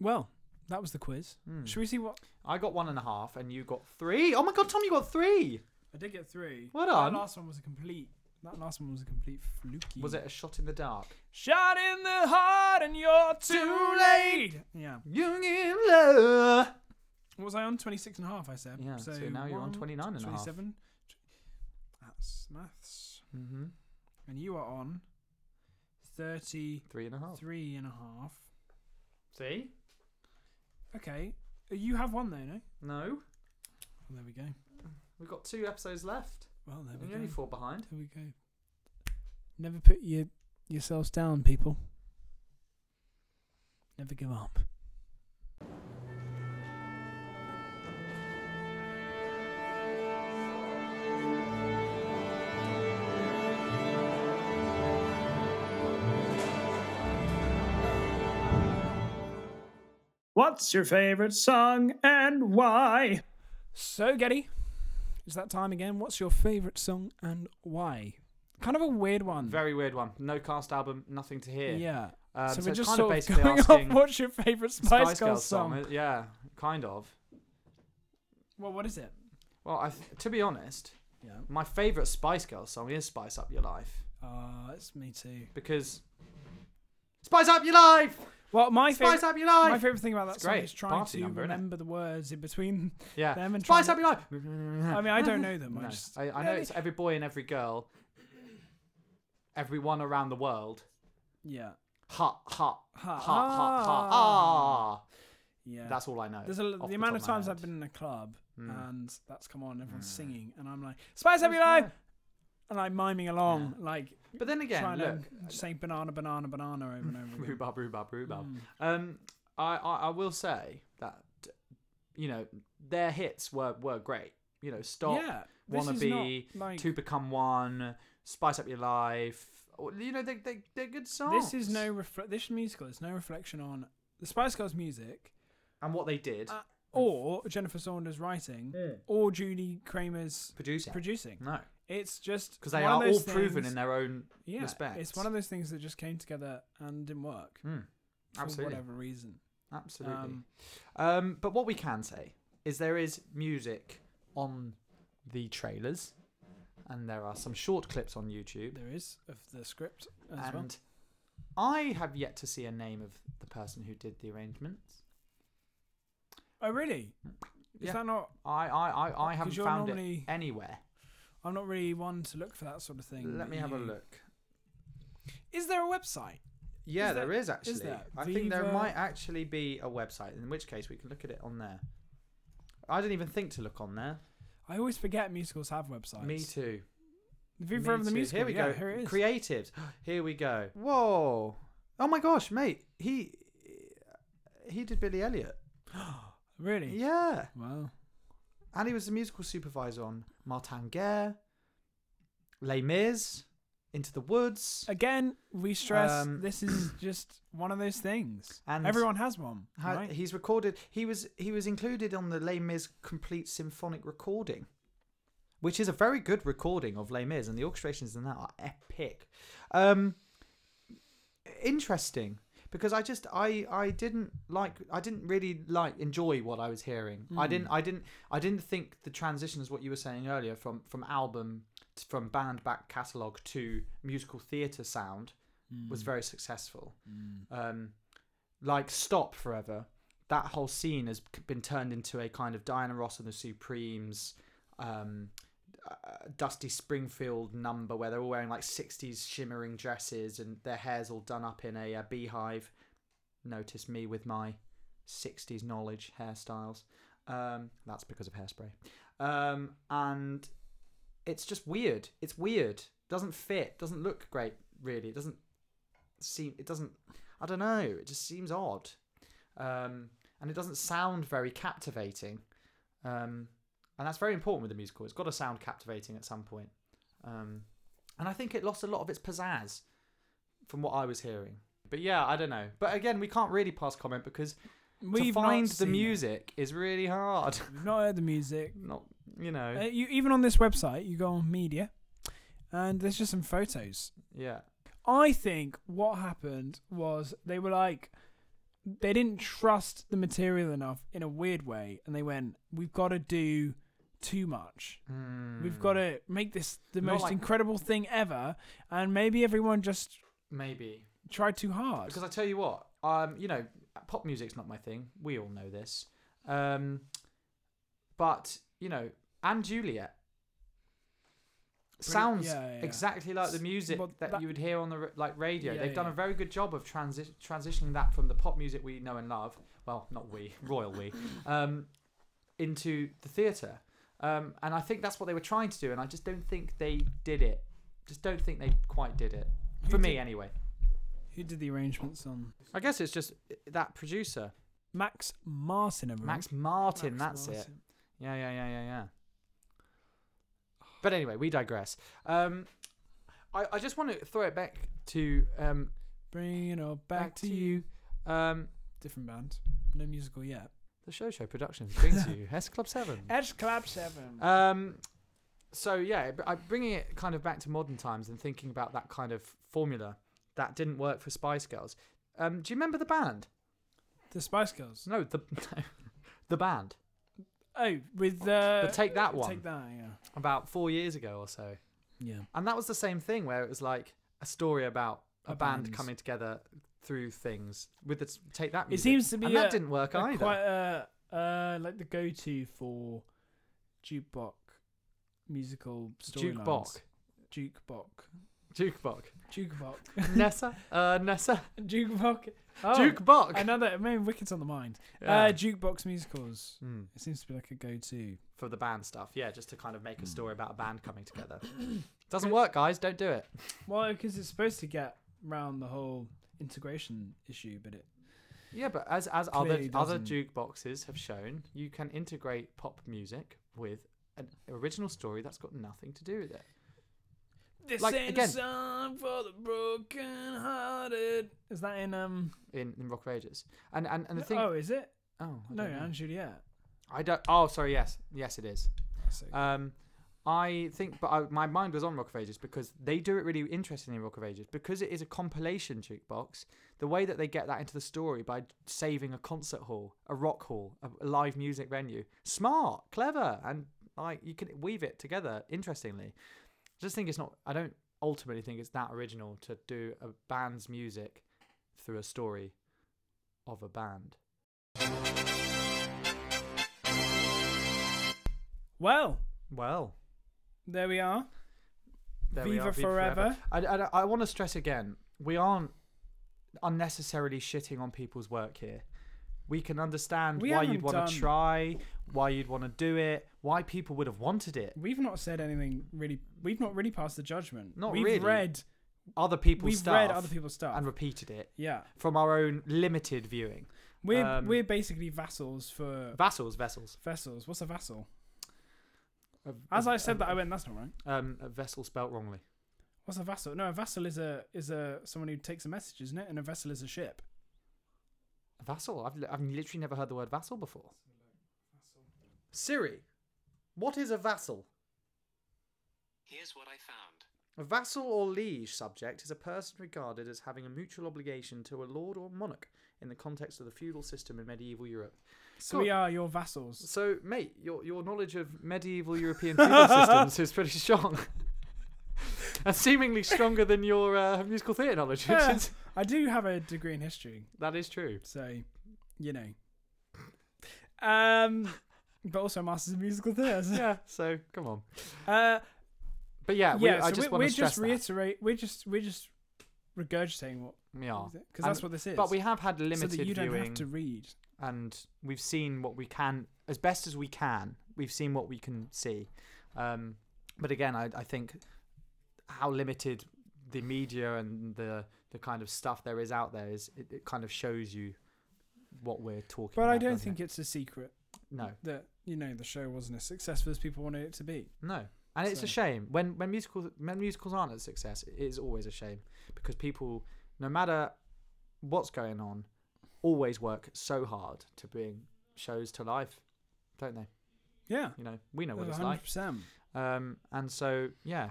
[SPEAKER 1] Well, that was the quiz.
[SPEAKER 2] Mm.
[SPEAKER 1] Should we see what
[SPEAKER 2] I got one and a half, and you got three. Oh my god, Tom, you got three.
[SPEAKER 1] I did get three.
[SPEAKER 2] Well
[SPEAKER 1] That
[SPEAKER 2] done.
[SPEAKER 1] last one was a complete. That last one was a complete fluky.
[SPEAKER 2] Was it a shot in the dark?
[SPEAKER 1] Shot in the heart and you're too late. Yeah.
[SPEAKER 2] Young in love.
[SPEAKER 1] What was I on? 26 and a half, I said.
[SPEAKER 2] Yeah, so now you're on 29 and a half.
[SPEAKER 1] 27. That's maths.
[SPEAKER 2] Mm-hmm.
[SPEAKER 1] And you are on 33
[SPEAKER 2] Three and a half.
[SPEAKER 1] and a half.
[SPEAKER 2] See?
[SPEAKER 1] Okay. Uh, You have one, though, no?
[SPEAKER 2] No.
[SPEAKER 1] Well, there we go.
[SPEAKER 2] We've got two episodes left.
[SPEAKER 1] Well, there
[SPEAKER 2] And
[SPEAKER 1] we
[SPEAKER 2] you're only
[SPEAKER 1] go.
[SPEAKER 2] four behind.
[SPEAKER 1] There we go. Never put your, yourselves down, people. Never give up.
[SPEAKER 3] What's your favorite song and why?
[SPEAKER 1] So, Getty, it's that time again. What's your favourite song and why? Kind of a weird one.
[SPEAKER 2] Very weird one. No cast album, nothing to hear.
[SPEAKER 1] yeah.
[SPEAKER 2] Um,
[SPEAKER 1] so, we're
[SPEAKER 2] it's
[SPEAKER 1] just
[SPEAKER 2] kind of
[SPEAKER 1] sort of
[SPEAKER 2] basically
[SPEAKER 1] going *laughs*
[SPEAKER 2] asking
[SPEAKER 1] off what's your favourite Spice,
[SPEAKER 2] Spice
[SPEAKER 1] Girls
[SPEAKER 2] Girls
[SPEAKER 1] song?
[SPEAKER 2] uh, Yeah, kind of.
[SPEAKER 1] Well, what is it?
[SPEAKER 2] Well, I th- to be honest,
[SPEAKER 1] Yeah.
[SPEAKER 2] my favourite Spice Girls song is "Spice Up Your Life"
[SPEAKER 1] Uh, it's me too.
[SPEAKER 2] because "Spice Up Your Life,
[SPEAKER 1] Well, my
[SPEAKER 2] Spice
[SPEAKER 1] favourite.
[SPEAKER 2] Up Your
[SPEAKER 1] My
[SPEAKER 2] Life."
[SPEAKER 1] favourite thing about that
[SPEAKER 2] It's
[SPEAKER 1] song
[SPEAKER 2] great.
[SPEAKER 1] is trying
[SPEAKER 2] Party
[SPEAKER 1] to
[SPEAKER 2] number, innit?
[SPEAKER 1] remember the words in between. *laughs*
[SPEAKER 2] yeah,
[SPEAKER 1] them and
[SPEAKER 2] "Spice
[SPEAKER 1] trying-
[SPEAKER 2] Up Your Life."
[SPEAKER 1] *laughs* I mean, I don't know them.
[SPEAKER 2] No,
[SPEAKER 1] I just,
[SPEAKER 2] I, I know it's every boy and every girl, everyone around the world.
[SPEAKER 1] yeah,
[SPEAKER 2] Ha ha ha ha
[SPEAKER 1] Ha,
[SPEAKER 2] ha ha.
[SPEAKER 1] ah. yeah.
[SPEAKER 2] That's all I know.
[SPEAKER 1] There's a,
[SPEAKER 2] off
[SPEAKER 1] the,
[SPEAKER 2] the
[SPEAKER 1] amount of
[SPEAKER 2] top of my
[SPEAKER 1] times
[SPEAKER 2] head.
[SPEAKER 1] I've been in a club
[SPEAKER 2] Mm.
[SPEAKER 1] and that's come on, everyone's singing, and I'm like, Hmm. "Spice Up Your Life," and I'm miming along, like
[SPEAKER 2] But then again,
[SPEAKER 1] trying
[SPEAKER 2] look,
[SPEAKER 1] to say banana, banana, banana over and *laughs* over again.
[SPEAKER 2] *laughs* rhubarb, rhubarb, rhubarb.
[SPEAKER 1] Mm.
[SPEAKER 2] Um, I, I I will say that you know their hits were were great. you know, stop,
[SPEAKER 1] yeah,
[SPEAKER 2] wanna
[SPEAKER 1] this is
[SPEAKER 2] be
[SPEAKER 1] not, like,
[SPEAKER 2] to become one, spice up your life. Or, You know, they, they, they're good songs.
[SPEAKER 1] This is no refle- This musical is no reflection on the Spice Girls' music
[SPEAKER 2] And what they did,
[SPEAKER 1] uh, or Jennifer Saunders' writing or Judy Kramer's
[SPEAKER 2] producing.
[SPEAKER 1] producing.
[SPEAKER 2] no.
[SPEAKER 1] It's just
[SPEAKER 2] Because they
[SPEAKER 1] one of
[SPEAKER 2] are all
[SPEAKER 1] those
[SPEAKER 2] proven
[SPEAKER 1] things-
[SPEAKER 2] in their own
[SPEAKER 1] yeah,
[SPEAKER 2] respect.
[SPEAKER 1] It's one of those things that just came together and didn't work
[SPEAKER 2] Mm,
[SPEAKER 1] for
[SPEAKER 2] absolutely.
[SPEAKER 1] whatever reason.
[SPEAKER 2] Absolutely. Um,
[SPEAKER 1] Um,
[SPEAKER 2] but what we can say is there is music on the trailers, and there are some short clips on YouTube.
[SPEAKER 1] There is of the script as
[SPEAKER 2] and
[SPEAKER 1] well.
[SPEAKER 2] I have yet to see a name of the person who did the arrangements.
[SPEAKER 1] Oh, really? Is
[SPEAKER 2] Yeah.
[SPEAKER 1] that not?
[SPEAKER 2] I I I, I haven't
[SPEAKER 1] you're
[SPEAKER 2] found
[SPEAKER 1] normally-
[SPEAKER 2] it anywhere.
[SPEAKER 1] I'm not really one to look for that sort of thing.
[SPEAKER 2] Let
[SPEAKER 1] that
[SPEAKER 2] me have a
[SPEAKER 1] you-
[SPEAKER 2] look.
[SPEAKER 1] Is there a website?
[SPEAKER 2] Yeah,
[SPEAKER 1] Is
[SPEAKER 2] there
[SPEAKER 1] there-
[SPEAKER 2] is actually.
[SPEAKER 1] there?
[SPEAKER 2] I think there
[SPEAKER 1] Viva-
[SPEAKER 2] might actually be a website, in which case we can look at it on there. I didn't even think to look on there.
[SPEAKER 1] I always forget musicals have websites.
[SPEAKER 2] Me too.
[SPEAKER 1] The Viva of
[SPEAKER 2] Me
[SPEAKER 1] the
[SPEAKER 2] too.
[SPEAKER 1] musical.
[SPEAKER 2] Here we
[SPEAKER 1] yeah,
[SPEAKER 2] go.
[SPEAKER 1] Here it is.
[SPEAKER 2] Creatives. *gasps* Here we go. Whoa. Oh my gosh, mate. He he did Billy Elliot.
[SPEAKER 1] really?
[SPEAKER 2] Yeah.
[SPEAKER 1] Wow.
[SPEAKER 2] And he was the musical supervisor on Martin Guerre, Les Mis, Into the Woods.
[SPEAKER 1] Again, we stress
[SPEAKER 2] Um,
[SPEAKER 1] this
[SPEAKER 2] *clears throat*
[SPEAKER 1] is just one of those things.
[SPEAKER 2] And-
[SPEAKER 1] everyone has one,
[SPEAKER 2] Ha-
[SPEAKER 1] right?
[SPEAKER 2] He's recorded. He was he was included on the Les Mis complete symphonic recording, which is a very good recording of Les Mis, and the orchestrations in that are epic. Um, interesting because I just I I didn't like I didn't really like enjoy what I was hearing. I didn't I didn't I didn't think the transition is what you were saying earlier from from album t- from band back catalogue to musical theatre sound was
[SPEAKER 1] Hmm.
[SPEAKER 2] very successful. Um, like Stop Forever, that whole scene has c- been turned into a kind of Diana Ross and the Supremes, um, uh, Dusty Springfield number where they're all wearing like 60s shimmering dresses and their hair's all done up in a, uh beehive. Notice me with my 60s knowledge hairstyles. Um, that's because of hairspray. Um, and it's just weird. It's weird. Doesn't fit. Doesn't look great, really. It doesn't seem it doesn't i don't know it just seems odd um and it doesn't sound very captivating um and that's very important with a musical it's got to sound captivating at some point um and i think it lost a lot of its pizzazz from what i was hearing but yeah i don't know but again we can't really pass comment because to
[SPEAKER 1] We've not
[SPEAKER 2] find the
[SPEAKER 1] seen it.
[SPEAKER 2] music is really hard *laughs*
[SPEAKER 1] We've not heard the music.
[SPEAKER 2] not you know
[SPEAKER 1] Uh, you even on this website, you go on media, and there's just some photos.
[SPEAKER 2] yeah
[SPEAKER 1] I think what happened was they were like, they didn't trust the material enough in a weird way, and they went, "We've got to do too much. We've
[SPEAKER 2] Hmm.
[SPEAKER 1] got to make this the
[SPEAKER 2] Not
[SPEAKER 1] most
[SPEAKER 2] like-
[SPEAKER 1] incredible thing ever." And maybe everyone just
[SPEAKER 2] maybe
[SPEAKER 1] tried too hard.
[SPEAKER 2] Because I tell you what, um, you know, pop music's not my thing. We all know this. Um, but you know, Anne Juliet sounds
[SPEAKER 1] yeah, yeah, yeah.
[SPEAKER 2] exactly like the music
[SPEAKER 1] Well,
[SPEAKER 2] that,
[SPEAKER 1] that-
[SPEAKER 2] you would hear on the r- like radio.
[SPEAKER 1] Yeah,
[SPEAKER 2] They've done
[SPEAKER 1] yeah.
[SPEAKER 2] a very good job of transi- transitioning that from the pop music we know and love. Well, not we, *laughs*
[SPEAKER 1] *laughs*
[SPEAKER 2] royal we, um, into the theatre. Um, and I think that's what they were trying to do, and I just don't think they did it. Just don't think they quite did it.
[SPEAKER 1] Who
[SPEAKER 2] For me,
[SPEAKER 1] did-
[SPEAKER 2] anyway.
[SPEAKER 1] Who did the arrangements on
[SPEAKER 2] I guess it's just that producer,
[SPEAKER 1] Max Martin? everyone.
[SPEAKER 2] Max Martin.
[SPEAKER 1] Mm-hmm. Max
[SPEAKER 2] that's it.
[SPEAKER 1] Martin.
[SPEAKER 2] Yeah, yeah, yeah, yeah, yeah. But anyway, we digress. Um, I, I just want to throw it back to um,
[SPEAKER 1] Bring it all back, to you.
[SPEAKER 2] Um,
[SPEAKER 1] Different band. No musical yet.
[SPEAKER 2] the Show Show
[SPEAKER 1] *laughs*
[SPEAKER 2] Productions brings you S Club Seven.
[SPEAKER 1] Edge Club 7.
[SPEAKER 2] Um, so yeah, but I- bringing it kind of back to modern times and thinking about that kind of formula that didn't work for Spice Girls. Um, do you remember the band?
[SPEAKER 1] the Spice Girls.
[SPEAKER 2] No, the *laughs* the band.
[SPEAKER 1] Oh, with the.
[SPEAKER 2] The Take That one.
[SPEAKER 1] Take that, yeah.
[SPEAKER 2] About four years ago or so.
[SPEAKER 1] Yeah.
[SPEAKER 2] And that was the same thing where it was like a story about a,
[SPEAKER 1] A
[SPEAKER 2] band
[SPEAKER 1] band's-
[SPEAKER 2] coming together through things with the take that. Music.
[SPEAKER 1] seems to be
[SPEAKER 2] and that
[SPEAKER 1] a-
[SPEAKER 2] didn't work
[SPEAKER 1] Like
[SPEAKER 2] either.
[SPEAKER 1] Quite a, uh, like the go to for jukebox musical storylines.
[SPEAKER 2] Jukebox,
[SPEAKER 1] Jukebox.
[SPEAKER 2] jukebox,
[SPEAKER 1] *laughs* Jukebox.
[SPEAKER 2] Nessa, uh, Nessa, *laughs*
[SPEAKER 1] Jukebox. Oh,
[SPEAKER 2] jukebox.
[SPEAKER 1] Another. Maybe Wicket's on the mind.
[SPEAKER 2] Yeah.
[SPEAKER 1] Uh, jukebox musicals.
[SPEAKER 2] Mm,
[SPEAKER 1] It seems to be like a go to.
[SPEAKER 2] for the band stuff, yeah, just to kind of make a story about a band
[SPEAKER 1] *coughs*
[SPEAKER 2] coming together. Doesn't work, guys. Don't do it.
[SPEAKER 1] Well, because it's supposed to get round the whole integration issue, but it.
[SPEAKER 2] Yeah, but as as
[SPEAKER 1] Clearly
[SPEAKER 2] other other
[SPEAKER 1] doesn't.
[SPEAKER 2] jukeboxes have shown, you can integrate pop music with an original story that's got nothing to do with it.
[SPEAKER 1] This
[SPEAKER 2] Like,
[SPEAKER 1] ain't
[SPEAKER 2] again-
[SPEAKER 1] a song for the broken hearted. Is that in um
[SPEAKER 2] in, in Rock of Ages. And and, and the thing.
[SPEAKER 1] Oh, is it?
[SPEAKER 2] Oh, I
[SPEAKER 1] No,
[SPEAKER 2] don't know.
[SPEAKER 1] Anne Juliet.
[SPEAKER 2] I don't. Oh, sorry. Yes, yes, it is.
[SPEAKER 1] So-
[SPEAKER 2] Um, I think, but I, my mind was on Rock of Ages because they do it really interestingly in Rock of Ages because it is a compilation jukebox. The way that they get that into the story by saving a concert hall, a rock hall, a, a live music venue, smart, clever, and like you can weave it together interestingly. Just think it's not. I don't ultimately think it's that original to do a band's music through a story of a band.
[SPEAKER 1] well,
[SPEAKER 2] Well,
[SPEAKER 1] there we are.
[SPEAKER 2] There we
[SPEAKER 1] Viva
[SPEAKER 2] are,
[SPEAKER 1] forever.
[SPEAKER 2] I, I, want to stress again, we aren't unnecessarily shitting on people's work here. We can understand
[SPEAKER 1] We
[SPEAKER 2] why you'd
[SPEAKER 1] haven't
[SPEAKER 2] want
[SPEAKER 1] done-
[SPEAKER 2] to try, why you'd want to do it, why people would have wanted it.
[SPEAKER 1] We've not said anything really. We've not really passed the judgment.
[SPEAKER 2] Not
[SPEAKER 1] we've
[SPEAKER 2] really.
[SPEAKER 1] Read,
[SPEAKER 2] Other people's
[SPEAKER 1] we've
[SPEAKER 2] stuff
[SPEAKER 1] read other people's stuff.
[SPEAKER 2] and repeated it
[SPEAKER 1] yeah,
[SPEAKER 2] from our own limited viewing.
[SPEAKER 1] we're
[SPEAKER 2] Um,
[SPEAKER 1] we're basically vassals for
[SPEAKER 2] Vassals, vessels.
[SPEAKER 1] vessels. What's a vassal?
[SPEAKER 2] A-
[SPEAKER 1] As
[SPEAKER 2] a-
[SPEAKER 1] I said
[SPEAKER 2] a-
[SPEAKER 1] that, I went. That's not right.
[SPEAKER 2] um, a vessel spelt wrongly.
[SPEAKER 1] What's a vassal? No, a vassal is a is a someone who takes a message, isn't it? And a vessel is a ship.
[SPEAKER 2] A vassal. I've, li- I've literally never heard the word vassal before. Siri, what is a vassal?
[SPEAKER 4] Here's what I found.
[SPEAKER 2] A vassal or liege subject is a person regarded as having a mutual obligation to a lord or monarch in the context of the feudal system in medieval Europe.
[SPEAKER 1] So
[SPEAKER 2] Cool.
[SPEAKER 1] we are your vassals.
[SPEAKER 2] So, mate, your, your knowledge of medieval
[SPEAKER 1] *laughs*
[SPEAKER 2] European feudal systems is pretty strong. *laughs* and seemingly stronger than your uh, musical theatre knowledge. which
[SPEAKER 1] Yeah.
[SPEAKER 2] is-
[SPEAKER 1] I do have a degree in history,
[SPEAKER 2] that is true.
[SPEAKER 1] so you know. Um, but also a masters in musical theatre.
[SPEAKER 2] Yeah, so come on.
[SPEAKER 1] Uh,
[SPEAKER 2] But yeah, we,
[SPEAKER 1] yeah,
[SPEAKER 2] I
[SPEAKER 1] so
[SPEAKER 2] just
[SPEAKER 1] we're,
[SPEAKER 2] want
[SPEAKER 1] we're
[SPEAKER 2] to stress
[SPEAKER 1] just reiterate. We're just we're just regurgitating what
[SPEAKER 2] that. We are.
[SPEAKER 1] because that's
[SPEAKER 2] And-
[SPEAKER 1] what this is.
[SPEAKER 2] But we have had
[SPEAKER 1] so
[SPEAKER 2] limited
[SPEAKER 1] that you don't
[SPEAKER 2] viewing.
[SPEAKER 1] have to read.
[SPEAKER 2] and we've seen what we can as best as we can. We've seen what we can see, um, but again, I, I think how limited the media and the the kind of stuff there is out there is it, it kind of shows you what we're talking.
[SPEAKER 1] But I
[SPEAKER 2] about,
[SPEAKER 1] don't
[SPEAKER 2] doesn't
[SPEAKER 1] think
[SPEAKER 2] it?
[SPEAKER 1] it's a secret
[SPEAKER 2] no,
[SPEAKER 1] that you know the show wasn't as successful as people wanted it to be.
[SPEAKER 2] no, and it's
[SPEAKER 1] So-
[SPEAKER 2] a shame when when musicals when musicals aren't a success. It is always a shame because people, no matter what's going on, always work so hard to bring shows to life, don't they?
[SPEAKER 1] Yeah,
[SPEAKER 2] You know, we know what it's like.
[SPEAKER 1] 100. percent
[SPEAKER 2] Um, and so yeah,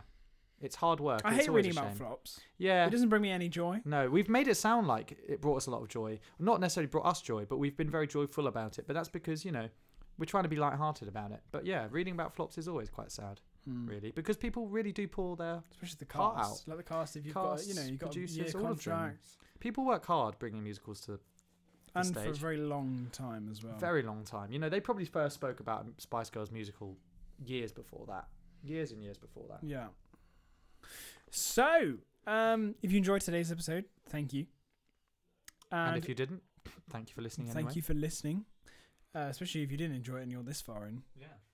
[SPEAKER 2] it's hard work.
[SPEAKER 1] I
[SPEAKER 2] it's
[SPEAKER 1] hate
[SPEAKER 2] always
[SPEAKER 1] reading
[SPEAKER 2] a
[SPEAKER 1] about
[SPEAKER 2] shame.
[SPEAKER 1] flops. It
[SPEAKER 2] Yeah.
[SPEAKER 1] doesn't bring me any joy.
[SPEAKER 2] No, we've made it sound like it brought us a lot of joy. Not necessarily brought us joy, but we've been very joyful about it. But that's because you know we're trying to be light-hearted about it. But yeah, reading about flops is always quite sad,
[SPEAKER 1] Hmm.
[SPEAKER 2] really, because people really do pour their.
[SPEAKER 1] Especially the
[SPEAKER 2] Cut
[SPEAKER 1] cast, like the cast. If you've got, you know,
[SPEAKER 2] Casts,
[SPEAKER 1] you've got a
[SPEAKER 2] producers,
[SPEAKER 1] year
[SPEAKER 2] all of them.
[SPEAKER 1] contract,
[SPEAKER 2] People work hard bringing musicals to the
[SPEAKER 1] and for a
[SPEAKER 2] stage.
[SPEAKER 1] very long time as well.
[SPEAKER 2] very long time. You know, they probably first spoke about Spice Girls musical years before that, years and years before that.
[SPEAKER 1] Yeah. So, um, if you enjoyed today's episode, thank you.
[SPEAKER 2] And,
[SPEAKER 1] And,
[SPEAKER 2] if you didn't, *laughs* thank you for listening.
[SPEAKER 1] thank
[SPEAKER 2] anyway.
[SPEAKER 1] you for listening, uh, especially if you didn't enjoy it and you're this far in.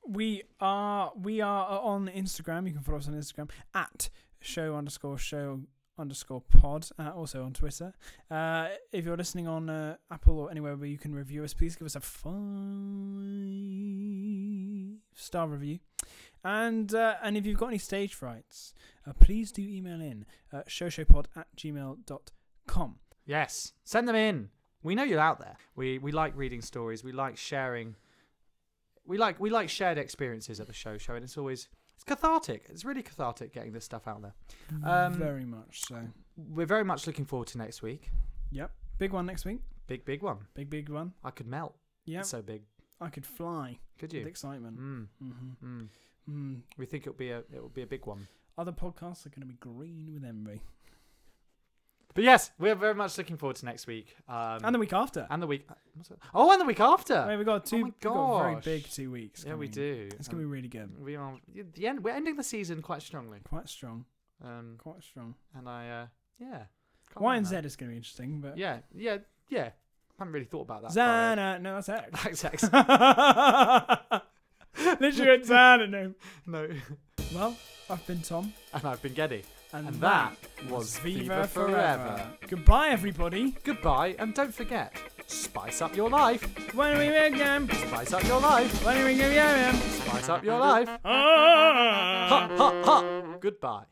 [SPEAKER 1] We are we are on Instagram. You can follow us on Instagram at show underscore show underscore pod. Uh, also on Twitter. Uh, if you're listening on uh, Apple or anywhere where you can review us, please give us a five star review. And uh, and if you've got any stage frights, uh, please do email in uh, showshowpod at gmail.com.
[SPEAKER 2] Yes, send them in. We know you're out there. We we like reading stories. We like sharing. We like we like shared experiences at the show show, and it's always it's cathartic. It's really cathartic getting this stuff out there. Um,
[SPEAKER 1] Very much so.
[SPEAKER 2] We're very much looking forward to next week.
[SPEAKER 1] Yep. Big one next week.
[SPEAKER 2] Big big one.
[SPEAKER 1] Big big one.
[SPEAKER 2] I could melt.
[SPEAKER 1] Yep.
[SPEAKER 2] It's so big.
[SPEAKER 1] I could fly
[SPEAKER 2] Could
[SPEAKER 1] with
[SPEAKER 2] you?
[SPEAKER 1] excitement.
[SPEAKER 2] Mm,
[SPEAKER 1] hmm
[SPEAKER 2] mm.
[SPEAKER 1] Mm.
[SPEAKER 2] We think it'll be a it'll be a big one.
[SPEAKER 1] Other podcasts are going to be green with envy.
[SPEAKER 2] But yes, we're very much looking forward to next week. Um,
[SPEAKER 1] and the week after.
[SPEAKER 2] and the week. what's it- Oh, and the week after.
[SPEAKER 1] Wait, we got two.
[SPEAKER 2] oh my
[SPEAKER 1] we got very
[SPEAKER 2] gosh.
[SPEAKER 1] big two weeks.
[SPEAKER 2] yeah, we
[SPEAKER 1] coming.
[SPEAKER 2] do.
[SPEAKER 1] It's going to be really good.
[SPEAKER 2] Um, we are the end. We're ending the season quite strongly.
[SPEAKER 1] Quite strong.
[SPEAKER 2] Um,
[SPEAKER 1] Quite strong.
[SPEAKER 2] and I uh, yeah. Can't
[SPEAKER 1] Y
[SPEAKER 2] remember
[SPEAKER 1] and Z
[SPEAKER 2] that.
[SPEAKER 1] is going to be interesting, but
[SPEAKER 2] Yeah, yeah, yeah. Haven't really thought about that. far out.
[SPEAKER 1] Xana. No, that's X. *laughs*
[SPEAKER 2] *laughs* That's X.
[SPEAKER 1] Literally went Xana. No.
[SPEAKER 2] no.
[SPEAKER 1] Well, I've been Tom,
[SPEAKER 2] And I've been Getty.
[SPEAKER 1] and,
[SPEAKER 2] And that was Viva Forever.
[SPEAKER 1] Goodbye, everybody.
[SPEAKER 2] Goodbye, and don't forget, Spice up your life.
[SPEAKER 1] When we make them,
[SPEAKER 2] Spice up your life. *laughs*
[SPEAKER 1] when we give them.
[SPEAKER 2] Spice up your life.
[SPEAKER 1] Ah!
[SPEAKER 2] Ha ha ha. Goodbye.